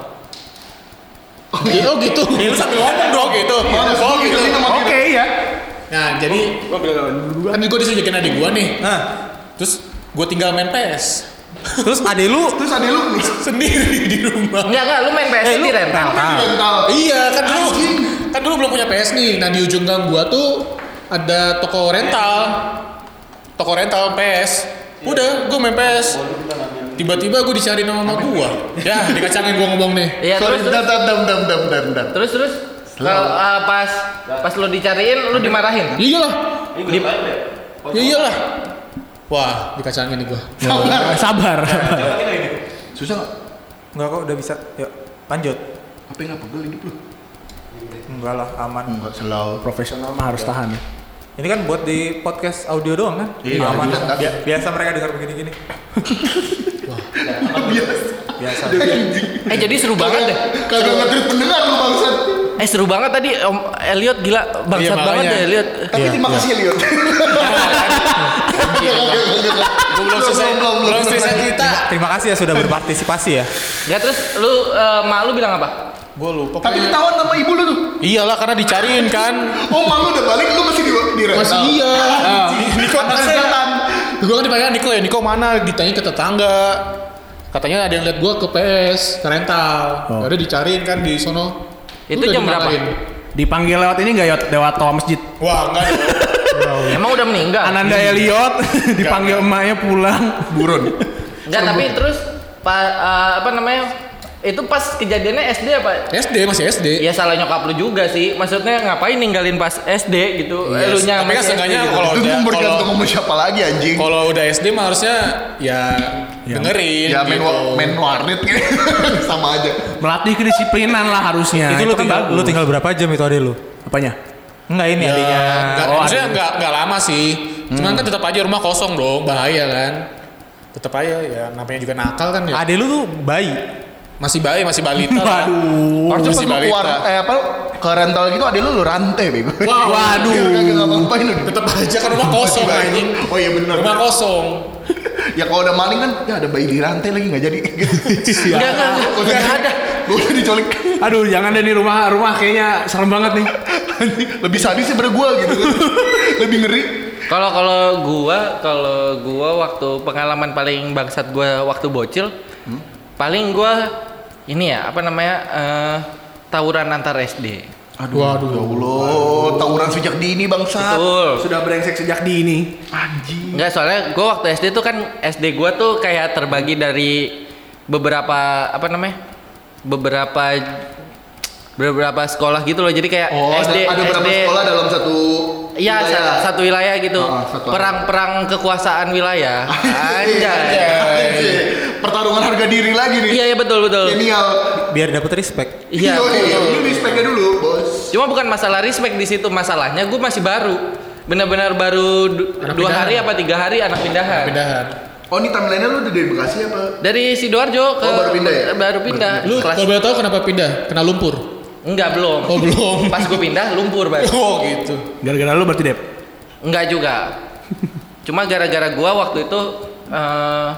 Oh gitu. Oh,
Ya lu sambil ngomong dong gitu.
Males gua gituin iya. sama kita.
Oke ya.
Nah, jadi kan gue disuruh jagain adik gua nih.
Nah,
Terus gue tinggal main PS
terus ade lu
Terus ada lu nih.
sendiri di rumah.
Enggak enggak lu main PS
Eh,
di
Nah,
rental.
Ah.
Mental.
Iya, kan dulu kan dulu belum punya PS nih. Nah, di ujung gang gua tuh ada toko rental. Toko rental PS.
Iya.
Udah, gue main PS. Tiba-tiba gue dicari nama mama gua. Ya, dikacangin gua ngomong nih.
Iya
Sorry,
terus
dam
terus.
dam dam dam dam dam dam.
Terus terus. Kalau ah, pas pas lu dicariin lu dimarahin.
Ya iyalah. Ya iyalah. Wah, dikacangin nih gua.
Sabar.
Iya.
Sabar.
Susah nggak?
enggak kok udah bisa. Yuk, lanjut.
Apa yang nggak pegel hidup lu?
Enggak lah, aman.
Enggak selalu.
Profesional mah harus tahan. ya.
Ini kan buat di podcast audio doang kan?
Iya,
aman.
bisa.
Bi- Biasa mereka dengar begini-gini.
Biasa.
Biasa.
Eh jadi seru banget deh.
Kagak ngetrit pendengar lu bangsat.
Iya,
Eh seru banget tadi Om Elliot gila
Iya,
bangsat
makanya.
banget deh Elliot.
Tapi
Iya,
terima
iya.
kasih Elliot.
Iya,
Gue belum selesai,
belum, belum,
belum selesai
belum.
cerita.
Terima kasih ya sudah berpartisipasi ya.
Ya terus lu eh, malu bilang apa?
Gue lupa.
Tapi
pokoknya.
ketahuan sama ibu lu tuh.
Iyalah karena dicariin kan.
Oh, malu udah balik lu masih di di rental.
Mas iya.
Ah,
Niko
anak
setan.
setan.
Gue kan ditanya Niko ya, Niko mana? Ditanya ke tetangga. Oh. Katanya ada yang lihat gue ke PS, ke rental. Ada dicariin kan di sono.
Itu
Udah
jam berapa?
dimarahin.
Dipanggil lewat ini nggak yot? Lewat toa masjid.
Wah, enggak.
Emang udah meninggal?
Ananda Eliot dipanggil emaknya pulang.
Buron.
Enggak, tapi terus pa- eh, apa namanya? Itu pas kejadiannya SD apa?
SD masih SD.
Ya salah nyokap lu juga sih. Maksudnya ngapain ninggalin pas SD gitu? Eh,
Yes.
lu nya
Tapi kan
masih
seenggaknya
SD gitu.
kalau
Itu
udah
gue bergantung
kalau
sama siapa lagi anjing.
kalau udah SD mah harusnya ya dengerin gitu.
Ya main, wa- main warnet kayaknya. sama aja.
Melatih kedisiplinan lah harusnya.
itu, lu
kan
tinggal,
bagus.
lu tinggal berapa jam itu adek lu?
Apanya?
Enggak ini
Ya,
adiknya.
nggak- maksudnya nggak nggak lama sih. Cuman kan tetap aja rumah kosong dong, bahaya kan. Tetap aja ya namanya juga nakal kan ya.
Adek lu tuh bayi.
Masih bayi, masih balita. lah.
Waduh.
Harusnya pas
Uh, masih
lu
balita.
keluar, eh apa, ke rental gitu ada lu, lu rantai bego.
Waduh.
Dia kagak ngapa-ngapain lu.
Tetap aja kan rumah kosong
Masih bayi.
anjing.
Oh iya benar.
Rumah kosong.
Ya kalau ada maling kan, ya ada bayi di rantai lagi nggak jadi.
Enggak, enggak, enggak, enggak ada.
Gue udah dicolek.
Aduh, jangan deh nih rumah rumah kayaknya serem banget nih.
Anjing, Lebih sadis daripada gue gitu. Lebih ngeri.
Kalau kalau gua, kalau gua waktu pengalaman paling bangsat gua waktu bocil,
Hmm?
paling gua ini ya, apa namanya? eh, tawuran antar SD.
Aduh, Waduh. ya Allah, tawuran sejak dini bangsa.
Betul.
Sudah brengsek sejak dini.
Anjing.
Enggak, soalnya gue waktu SD tuh kan SD gue tuh kayak terbagi dari beberapa apa namanya? Beberapa beberapa sekolah gitu loh. Jadi kayak
Oh,
SD
ada, ada berapa
SD
sekolah dalam satu
Iya, sa-
wilayah?
satu wilayah gitu.
Ah, satu
Perang-perang kekuasaan wilayah.
Anjay.
Anjay.
Anjay. Pertarungan harga diri lagi nih.
Iya, iya betul betul.
Genial.
Biar dapat respect.
Iya.
Yoi,
betul.
Lu respectnya dulu, Bos.
Cuma bukan masalah respect di situ, masalahnya gue masih baru. Benar-benar baru du-
Anak
dua
pindahan.
hari apa tiga hari anak pindahan.
Pindahan.
Oh, ini timeline-nya lu udah dari Bekasi apa?
Dari Sidoarjo ke
Oh, baru pindah ya?
Baru pindah.
Lu
Kelas-
kalau boleh tahu kenapa pindah? Kena lumpur.
Enggak belum.
Oh, belum.
Pas gue pindah lumpur baru.
Oh gitu.
Gara-gara lu berarti Dep.
Enggak juga. Cuma gara-gara gua waktu itu eh,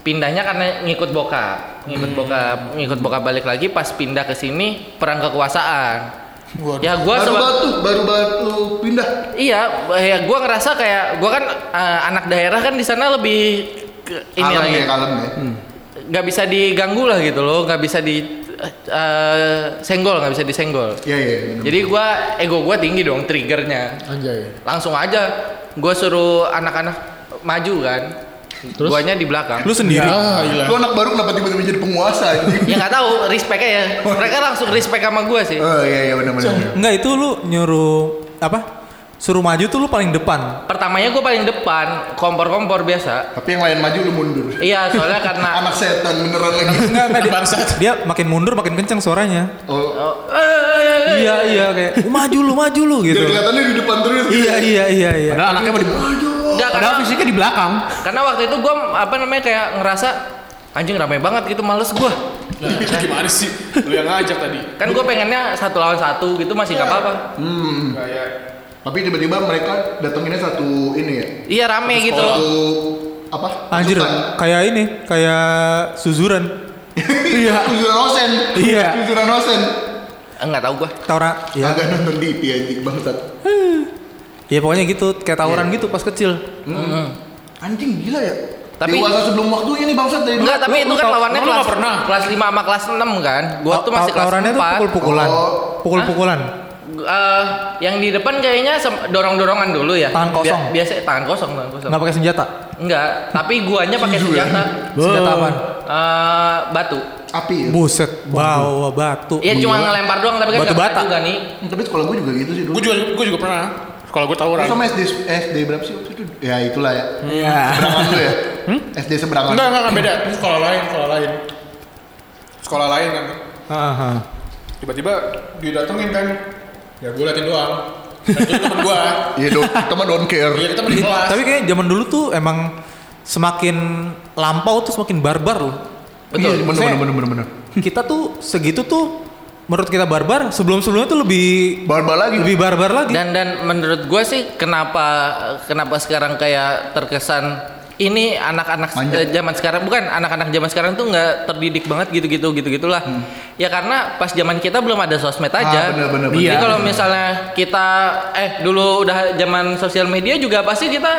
pindahnya karena ngikut bokap, ngikut bokap, ngikut bokap balik lagi pas pindah ke sini perang kekuasaan.
Waduh.
Ya gua
baru
seba-
batu, baru batu pindah.
Iya, ya gua ngerasa kayak gua kan eh, anak daerah kan di sana lebih ke, ini
kalem
lagi. Hmm.
ya, kalem ya.
Nggak bisa diganggu lah gitu loh, nggak bisa di eh, senggol, nggak bisa disenggol.
Iya, iya. bener.
Jadi gua ego gua tinggi dong triggernya.
Anjay.
langsung aja gue suruh anak-anak maju kan
Terus?
guanya di belakang
Lu sendiri.
Ah, gila.
Lu anak baru kenapa tiba-tiba jadi penguasa anjing?
ya nggak tahu respect ya mereka langsung respect sama gue sih
Oh iya iya benar benar.
Enggak itu lu nyuruh apa? Suruh maju tuh lu paling depan.
pertamanya gue paling depan kompor-kompor biasa
Tapi yang lain maju lu mundur.
iya Gitu. soalnya karena
Anak setan beneran lagi.
Enggak, enggak dia,
Bangsat.
dia makin mundur makin kenceng suaranya.
Oh,
Oh, eh,
iya, iya kayak "Lu maju lu, maju lu
Biar
gitu.
kelihatannya di depan terus.
iya, iya, iya, iya.
Padahal anaknya mau di
nggak,
Padahal
karena,
fisiknya di belakang.
karena waktu itu gue apa namanya kayak ngerasa anjing ramai banget gitu males gue
Nah, itu gimana sih? Lu yang ngajak tadi.
kan gue pengennya satu lawan satu gitu masih nggak apa-apa
Hmm.
Kayak
Tapi tiba-tiba mereka datanginnya satu ini ya.
iya rame gitu
Satu
loh
apa?
Anjir,
pasukan.
kayak ini, kayak suzuran.
Iya. Kujuran Osen.
Iya.
Kujuran Osen.
Eh, nggak tahu gue
Tawuran, ya.
Agak nonton TV anjing bangsat.
Ya pokoknya gitu, kayak tawuran gitu pas kecil.
Anjing gila ya.
Tapi-
dewasa sebelum waktunya nih bangsat dari
Enggak, tapi itu kan lawannya
lu
kelas
nggak pernah?
kelas 5 sama kelas 6 kan. Gua tuh
Taw-
masih kelas
tawurannya tuh
4.
pukul-pukulan.
Oh.
Pukul-pukulan.
Eh, yang di depan kayaknya sem- dorong-dorongan dulu ya.
Tangan kosong.
Bia- biasa tangan kosong, tangan kosong.
Enggak pakai senjata.
Enggak, tapi guanya pakai senjata
Senjata apa?
eh, batu.
api ya.
Buset, bawa batu.
Iya cuma ngelempar doang tapi kan
Batu
nggak
bata.
juga nih.
Tapi sekolah gue juga gitu sih dulu.
Gue juga, gue juga pernah. Kalau gue tawuran.
Lu sama SD SD berapa sih waktu itu? Ya itulah ya.
Hmm.
Iya.
Seberangan lu ya. SD seberangan.
Enggak, enggak, enggak beda. Ini sekolah lain, sekolah lain. Sekolah lain kan.
Heeh.
Tiba-tiba didatengin kan. Ya gue liatin doang. Dan itu temen gue.
Iya dong. Kita mah don't care.
Iya kita main di kelas.
Tapi kayaknya zaman dulu tuh emang semakin lampau tuh semakin barbar loh.
Betul.
Iya, bener,
Saya-
bener, bener, bener, bener.
Kita tuh segitu tuh menurut kita barbar, sebelum-sebelumnya tuh lebih
Barbar lagi.
lebih barbar lagi.
Dan dan menurut gua sih kenapa kenapa sekarang kayak terkesan ini anak-anak
Manja.
eh, zaman sekarang bukan anak-anak zaman sekarang tuh nggak terdidik banget gitu-gitu gitu-gitulah. Ya karena pas zaman kita belum ada sosmed aja.
bener, bener,
Jadi
bener.
kalau misalnya kita eh dulu udah zaman sosial media juga pasti kita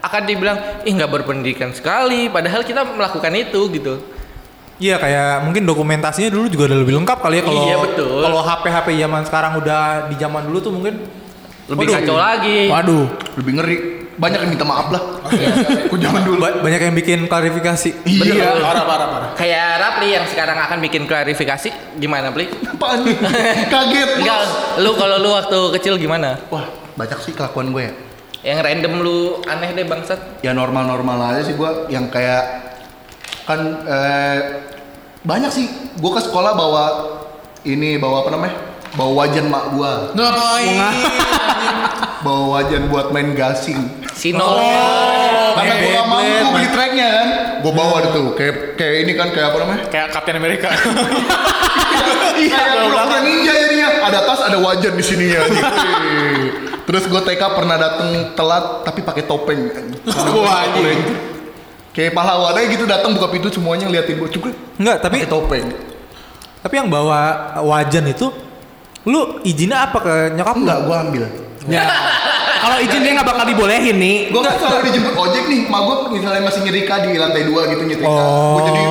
akan dibilang ih nggak berpendidikan sekali padahal kita melakukan itu gitu.
Iya kayak mungkin dokumentasinya dulu juga udah lebih lengkap kali ya kalau
Iya, betul.
kalau HP-HP zaman sekarang udah di zaman dulu tuh mungkin
Lebih
Waduh.
kacau lagi.
Waduh.
Lebih ngeri. Banyak yang minta maaf lah.
Iya,
Aku jangan dulu.
ba- banyak yang bikin klarifikasi.
Iya.
Parah, parah, parah.
Kayak Rapli yang sekarang akan bikin klarifikasi gimana, Pli?
Apaan nih? Kaget. Bos.
Enggak, lu kalau lu waktu kecil gimana?
Wah, banyak sih kelakuan gue ya.
Yang random lu aneh deh bangsat.
Ya normal-normal aja sih gue yang kayak kan eh, banyak sih gue ke sekolah bawa ini bawa apa namanya bawa wajan mak gue
Ngapain?
bawa wajan buat main gasing
Sinol.
karena gue gak mampu
Beyblade,
gitu.
beli tracknya kan gue bawa deh tuh kayak kayak ini kan kayak apa namanya
Kayak Captain America.
kayak pura-pura ninja jadinya Iya, ada tas ada wajan di sininya gitu. terus gue TK pernah dateng telat tapi pakai topeng
Wah, anjing.
kayak pahlawan aja gitu datang buka pintu semuanya ngeliatin gue juga
Enggak, tapi
gitu.
pakai topeng
tapi yang bawa wajan itu lu izinnya apa ke nyokap lu?
enggak gue ambil
Ya. Kalau izin dia nggak bakal dibolehin nih.
gue nggak kan selalu dijemput ojek nih ma gue misalnya masih nyerika di lantai dua gitu nyetrika
Oh.
gue jadi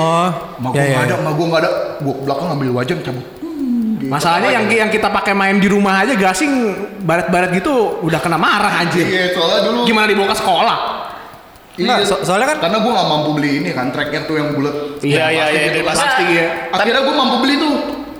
ma gue
Ya, ya,
nggak ada
ya.
ma gue nggak ada gue ke belakang ambil wajan cabut Hmm,
Masalahnya yang yang kita pakai main di rumah aja gasing barat-barat gitu udah kena marah anjir.
iya soalnya dulu
Gimana dibawa ke sekolah?
Nggak, so- soalnya kan-
Iya. karena gue nggak mampu beli ini kan tracknya tuh yang bulat
Iya, iya, iya. Dari plastik ya.
akhirnya gue mampu beli tuh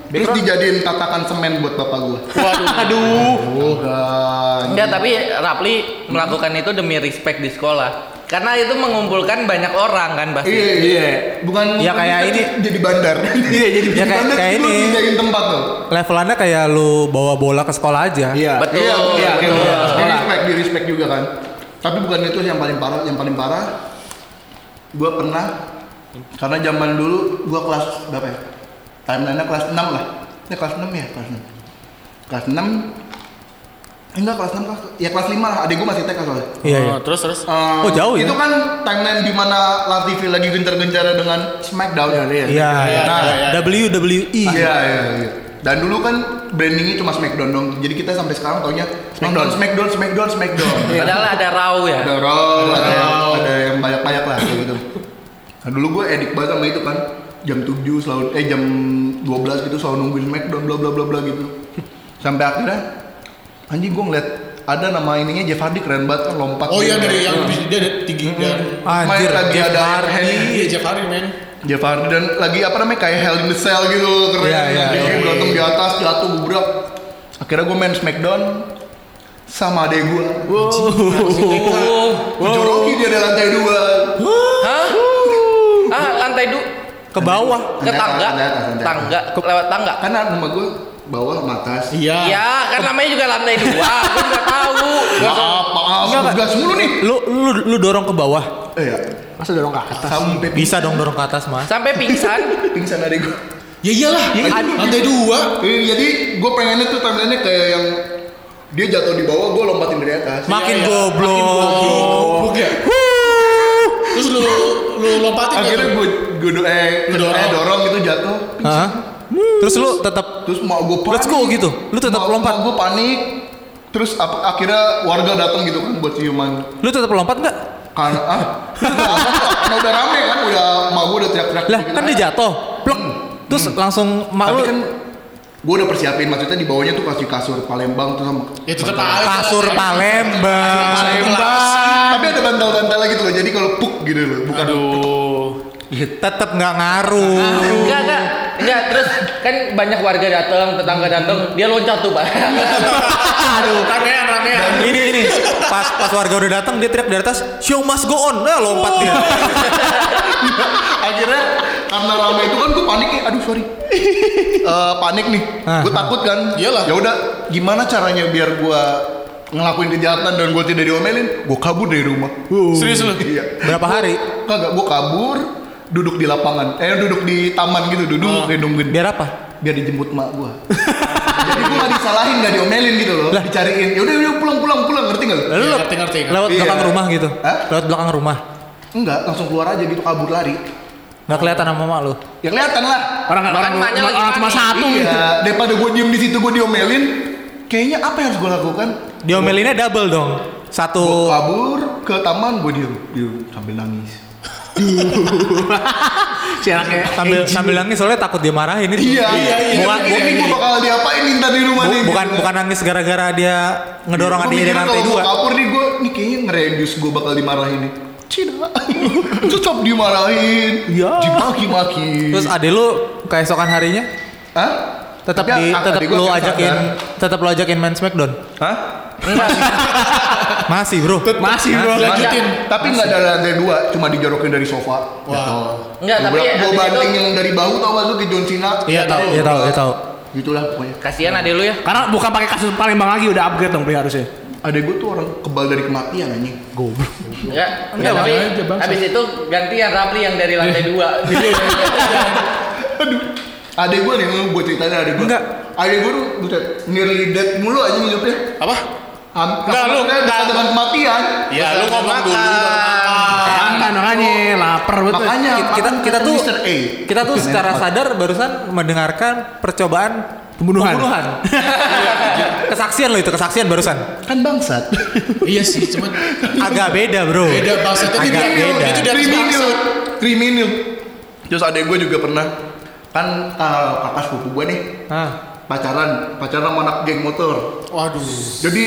terus dijadiin tatakan semen buat bapak gue
Waduh. Oh.
Bukan.
Enggak, tapi Rapli melakukan itu demi respect di sekolah. Karena itu mengumpulkan banyak orang kan pasti.
Iya, iya. Bukan
Ya, kayak
bukan
ini.
jadi bandar. Iya, jadi
Ya, kayak-
bandar
kayak
dulu
ini.
dijadiin tempat tuh.
Levelannya kayak lu bawa bola ke sekolah aja.
Iya.
Betul.
Iya, iya,
betul.
Di respect, di respect juga kan. Tapi bukan itu yang paling parah, yang paling parah gua pernah karena zaman dulu gua kelas berapa ya? Timeline-nya kelas 6 lah. Ini kelas 6 ya, kelas 6. Kelas 6 Enggak kelas 6 kelas ya kelas 5 lah. Adik gua masih TK soalnya.
Iya. iya.
Oh, Terus, terus.
Eh,
Oh, jauh ya?
Itu kan timeline di mana Latifi lagi gencar-gencarnya dengan Smackdown.
Iya.
iya,
Nah,
iya.
WWE.
Iya, iya, iya. Dan dulu kan brandingnya cuma Smackdown dong. Jadi kita sampai sekarang taunya Smackdown, Smackdown, Smackdown, Smackdown.
Padahal ada raw ya.
ada roll, ada yang, ada yang banyak-banyak lah kayak gitu. Nah, dulu gue edik banget sama itu kan. Jam 7 selalu eh jam 12 gitu selalu nungguin Smackdown bla bla bla bla gitu. Sampai akhirnya anjing gue ngeliat ada nama ininya Jeff Hardy keren banget kan lompat.
Oh iya
gitu.
dari yang dia ada tinggi dan
Anjir,
Main lagi
Jeff
ada
Hardy.
Henry
Iya, Jeff Hardy, men.
Jeff Hardy dan lagi apa namanya kayak Hell in the Cell gitu loh, keren
Iya, iya,
Dia berantem di atas jatuh gubrak akhirnya gue main Smackdown sama adek gue
Iya,
Oh.
Joroki dia di lantai dua
Hah? Ah, lantai du
Ke bawah.
ke tangga.
Lantai atas, lantai atas.
Tangga, lewat tangga.
karena rumah gue bawah sama atas
Iya.
Iya, kan namanya juga lantai dua. Gue nggak tahu. Gua so-
maaf maaf
Enggak, Pak.
gas mulu nih
Lu lu lu dorong ke bawah.
Eh, iya
Masa dorong ke atas?
sampai
Bisa dong dorong ke atas, Mas.
Sampai pingsan.
pingsan adek gue
Ya iyalah.
Iya,
Lantai dua.
Eh, jadi gue pengennya tuh timelinenya kayak yang dia jatuh di bawah gue lompatin dari atas
Makin
Iya, iya.
goblok.
Makin goblok ya. Terus lu lu lompatin kan? nggak
akhirnya
tuh?
gue gue do eh,
Lu dorong.
eh, dorong gitu jatuh
Hah? Terus lu tetap
terus mau gue panik
Let's go gitu. Lu tetap lompat.
gue panik terus apa- akhirnya warga datang gitu kan buat ciuman
lu tetap lompat nggak?
karena ah karena udah rame kan udah mak gue udah teriak-teriak
Lah,
gitu
kan dia jatuh. Plek. Terus langsung mak
tapi
lu
kan gue udah persiapin maksudnya di bawahnya tuh kasih kasur Palembang tuh sama
Ya tetap aja.
kasur Palembang.
tapi ada bantal-bantal gitu loh jadi kalau puk gitu loh bukan
Aduh.
Tetap nggak ngaruh.
Nah,
Enggak, enggak. Enggak, terus kan banyak warga datang, tetangga datang, dia loncat tuh, Pak.
Aduh. Ramean, ramean.
Ini ini pas pas warga udah datang dia teriak dari atas, "Show must go on." Nah, lompat dia.
akhirnya karena rame itu kan gue panik nih aduh sorry Eh, panik nih
Ah.
gue takut kan
Iyalah.
ya udah gimana caranya biar gue ngelakuin kejahatan dan gue tidak diomelin gue kabur dari rumah
Serius lu?
iya
Berapa hari?
kagak gue kabur duduk di lapangan eh duduk di taman gitu duduk kayak nungguin biar,
Biar apa?
dijemput mak gue jadi gue gak disalahin gak diomelin gitu loh
Lah.
dicariin yaudah udah pulang pulang pulang ngerti gak lu
Lalu
Iya,
lu
ngerti, ngerti, ngerti.
lewat
Iya.
belakang rumah gitu.
Hah?
Lewat belakang rumah.
enggak langsung keluar aja gitu kabur lari
Nggak kelihatan sama mak lu.
ya kelihatan lah
Orang orang,
makanya lagi
orang cuma
panik.
satu.
gitu.
Iya, daripada gue diem di situ gue diomelin, kayaknya apa yang harus gue lakukan?
Diomelinnya double dong.
Gue
Satu
kabur ke taman, gue diem, diem sambil nangis.
si anaknya Eh,
sambil sambil nangis soalnya takut dia marahin itu.
Iya, iya, iya.
Bukan
Ini
bu-
gue bakal diapain Intan di rumah nih? gitu.
bu- bukan bukan nangis gara-gara dia
Iya,
ngedorong adiknya dari lantai dua.
Kapur nih gue, nih kayaknya ngeredius gue bakal dimarahin nih. Cina, tetap dimarahin,
Iya.
dimaki-maki.
Terus adek lu keesokan harinya
Hah?
tetap
Tapi
di
ak-
tetap
adik gua
lu
kayak
ajakin
sadar.
tetap lu ajakin main Smackdown.
Hah?
Masih, Bro.
masih bro
Lanjutin.
Enggak, Tapi nggak dari lantai dua, cuma dijorokin dari sofa.
Wah.
Enggak, tapi
gue
habis
banting
itu
yang dari bahu tau gak lu ke John Cena?
Iya, tahu,
Iya tahu, iya tahu.
Gitulah pokoknya.
kasihan adek lu ya.
karena bukan pakai kasus Palembang lagi udah upgrade dong Pri harusnya
Adek gue tuh orang kebal dari kematian anjing.
goblok
Enggak, enggak tapi
bang. Aja, bang.
habis itu gantian Rapli yang dari lantai dua.
Adek gue nih, gue ceritain adek gue.
Enggak.
Adek gue tuh buset, nearly dead mulu aja hidupnya.
Apa?
Am,
Enggak, lu-
maksudnya
enggak.
bisa dengan kematian.
Iya, lu ngomong dulu.
makan orangnya lapar betul
Ah. Makanya
Kita- kita
makan
kita
kata
tuh
Mr. A.
kita tuh secara sadar barusan mendengarkan percobaan
Pembunuhan.
kesaksian lo itu kesaksian barusan.
kan bangsat.
Iya sih, cuman
Agak beda, Bro.
beda bahasa itu
Agak
Iya,
dia-
beda.
Itu di atas
Kriminal.
bangsat.
Kriminal. Terus adek gue juga pernah kan eh, kakak sepupu gue nih
Ah,
pacaran pacaran sama anak geng motor
Waduh.
jadi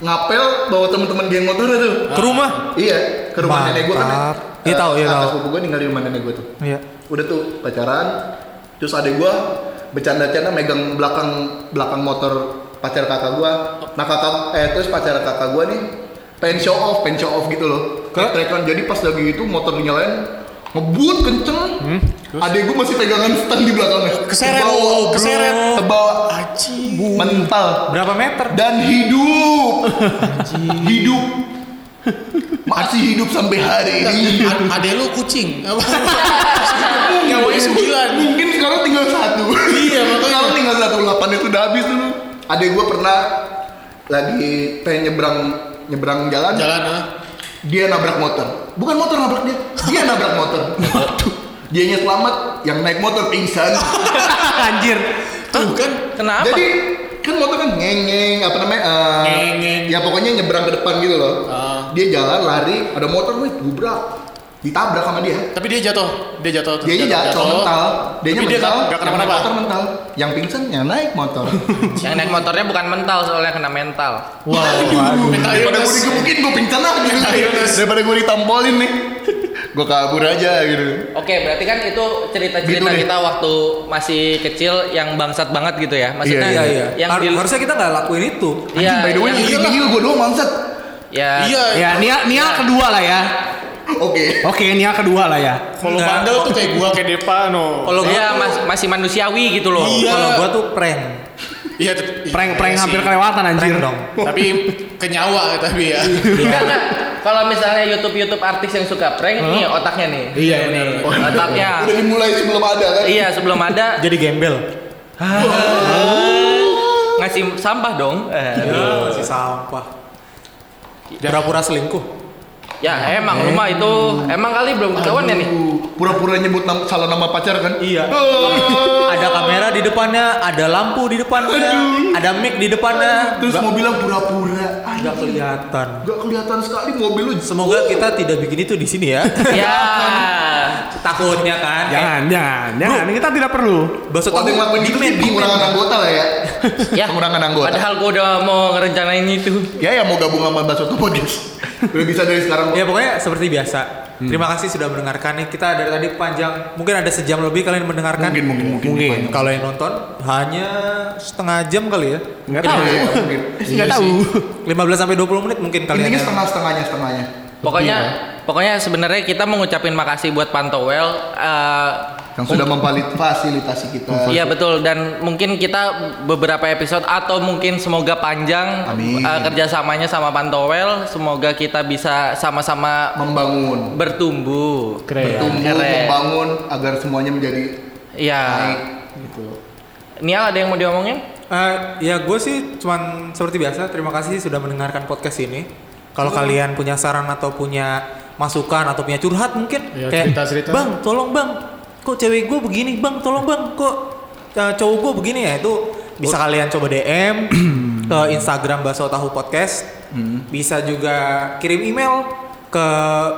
ngapel bawa temen-temen geng motor itu
ke rumah.
Iya, ke rumah nenek gue kan.
Ah. Mantap. Iya
eh,
tahu, iya
kakak
tahu.
sepupu gue tinggal di rumah nenek gue tuh.
Iya.
Udah tuh pacaran, terus adek gue bercanda-canda megang belakang belakang motor pacar kakak gue. Nah kakak eh terus pacar kakak gue nih pengen show off, pengen show off gitu loh.
Ke?
Track-trackan. jadi pas lagi itu motor nyalain ngebut kenceng. Adek gue masih pegangan stand di belakangnya.
Keseret,
Kebawa,
oh,
bro.
keseret.
Kebawa
Aji.
mental
Berapa meter?
dan hidup hidup masih hidup sampai hari ini
Ada lu kucing. Apa? Nyawanya sembilan.
mungkin sekarang tinggal satu
Iya, makanya.
sekarang tinggal satu delapan itu udah habis dulu adek gue pernah lagi pengen nyebrang nyebrang jalan,
Jalan ah.
dia nabrak motor bukan motor nabrak dia dia nabrak motor dianya selamat yang naik motor pingsan
anjir
Tuh kan
Kenapa?
Jadi kan motor kan ngengeng apa namanya? eh,
Ngengeng.
Ya pokoknya nyebrang ke depan gitu loh.
Ah.
Dia jalan lari, ada motor wih gubrak. Ditabrak sama dia.
tapi dia jatuh, dia jatuh.
Dia jatuh mental, dia
Tapi
mental,
dia nggak- nggak
yang naik
kenapa-napa.
motor mental, yang pingsan yang naik motor.
yang naik motornya bukan mental soalnya kena mental.
Wow. Mental
daripada gue
illness.
digebukin gue pingsan lah gitu.
Mental illness.
daripada gue ditampolin nih. gue kabur aja gitu.
Oke, berarti kan itu cerita-cerita
Gitu deh.
kita waktu masih kecil yang bangsat banget gitu ya. Maksudnya
Iya, iya.
yang
Har-
di
harusnya kita nggak lakuin itu.
Iya,
By the way,
yang-
ini gue doang bangsat.
ya,
Iya.
ya Nia Nia kedua lah ya
Oke.
oke Nia kedua lah ya
Kalau
Enggak.
bandel tuh kayak gua kayak Depa no.
Kalau gua
Iya, mas- masih manusiawi gitu loh.
Iya.
kalau gua tuh prank.
Iya. tet-
prank prank
iya
hampir
sih.
kelewatan anjir
Prank dong.
Tapi kenyawa tapi ya.
Enggak, enggak. Kalau misalnya YouTube-YouTube artis yang suka prank, nih otaknya nih.
Iya,
Ini,
benar.
Otaknya.
Udah dimulai sebelum ada kan?
Ya. iya, sebelum ada
Jadi gembel.
ngasih sampah dong.
Aduh, Iya, si sampah. Pura-pura selingkuh.
Ya, emang rumah itu emang kali belum ketahuan ya nih.
eh. Aduh, Pura-pura nyebut nam- salah nama pacar kan?
Iya.
Ah.
Ada kamera di depannya, ada lampu di depannya, ada mic di depannya.
Terus mau bilang pura-pura.
Nggak kelihatan.
Gak kelihatan sekali mobil lu.
Semoga kita tidak bikin itu di sini ya.
Ya.
Takutnya kan.
Ya.
jangan jangan jangan kita tidak perlu
Besok
Kalau yang lakuin gitu sih pengurangan anggota lah ya.
ya.
Pengurangan anggota.
Padahal gua udah mau ngerencanain itu.
Ya ya mau gabung sama Basoto Podcast. Udah bisa dari sekarang.
Ya pokoknya seperti biasa.
Hmm.
Terima kasih sudah mendengarkan nih. Kita dari tadi panjang, mungkin ada sejam lebih kalian mendengarkan.
Mungkin mungkin mungkin.
Mungkin.
Kalau yang nonton hanya setengah jam kali ya.
nggak
Iya,
tahu
iya, mungkin.
15 sampai 20 menit mungkin kalian.
Intinya
ada.
setengah-setengahnya setengahnya.
Pokoknya
Iya.
pokoknya sebenarnya kita mau ngucapin makasih buat Pantowel. eh,
Yang
Oh.
sudah memfasilitasi kita.
Iya betul dan mungkin kita beberapa episode atau mungkin semoga panjang
Amin.
eh, kerjasamanya sama Pantowel. Semoga kita bisa sama-sama
Membangun.
bertumbuh.
Iya,
Bertumbuh,
Keren.
membangun agar semuanya menjadi
Iya.
Ah.
baik gitu.
Nial ada yang mau diomongin?
Eh, ya gue sih cuman seperti biasa terima kasih sudah mendengarkan podcast ini. Kalau
Iya.
kalian punya saran atau punya masukan atau punya curhat mungkin
Iya,
Ya,
kayak
cerita-cerita.
bang tolong bang kok cewek gue begini bang tolong bang kok eh, cowok gue begini ya itu bisa kalian coba DM
Hmm.
ke Instagram Baso Tahu Podcast bisa juga kirim email ke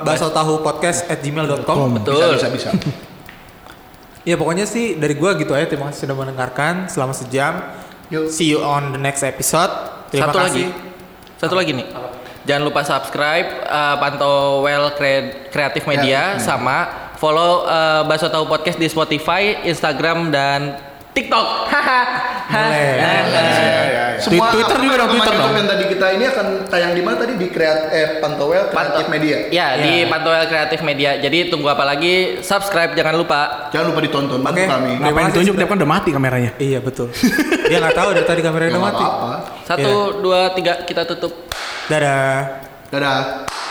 bakso tahu podcast at gmail.com.
Betul.
Bisa, bisa, bisa.
Ya pokoknya sih dari gua gitu aja. Terima kasih sudah mendengarkan selama sejam.
Yuk.
See you on the next episode. Terima
Satu lagi.
kasih.
Satu lagi nih. Jangan lupa subscribe eh, pantau Well Cre- Creative
Ya,
Media
hmm.
sama follow eh, Baso Tahu Podcast di Spotify, Instagram dan TikTok. Eh,
Boleh.
Iya,
Semua
Twitter
apa
juga dong, Twitter dong.
komen-komen tadi kita ini akan tayang di mana tadi di kreat eh Pantowel Kreatif Media.
Iya.
Iya.
Ya, di Pantau Well Creative Media. Jadi tunggu apa lagi? Subscribe jangan lupa.
Jangan lupa ditonton bantu
Oke.
kami.
Nah,
Ngapain ditunjuk dia kan udah mati kameranya.
Iya betul. Dia nggak tahu dari tadi kamera
Nggak
udah mati.
apa-apa.
Satu, dua, tiga, kita tutup.
Dadah.
Dadah.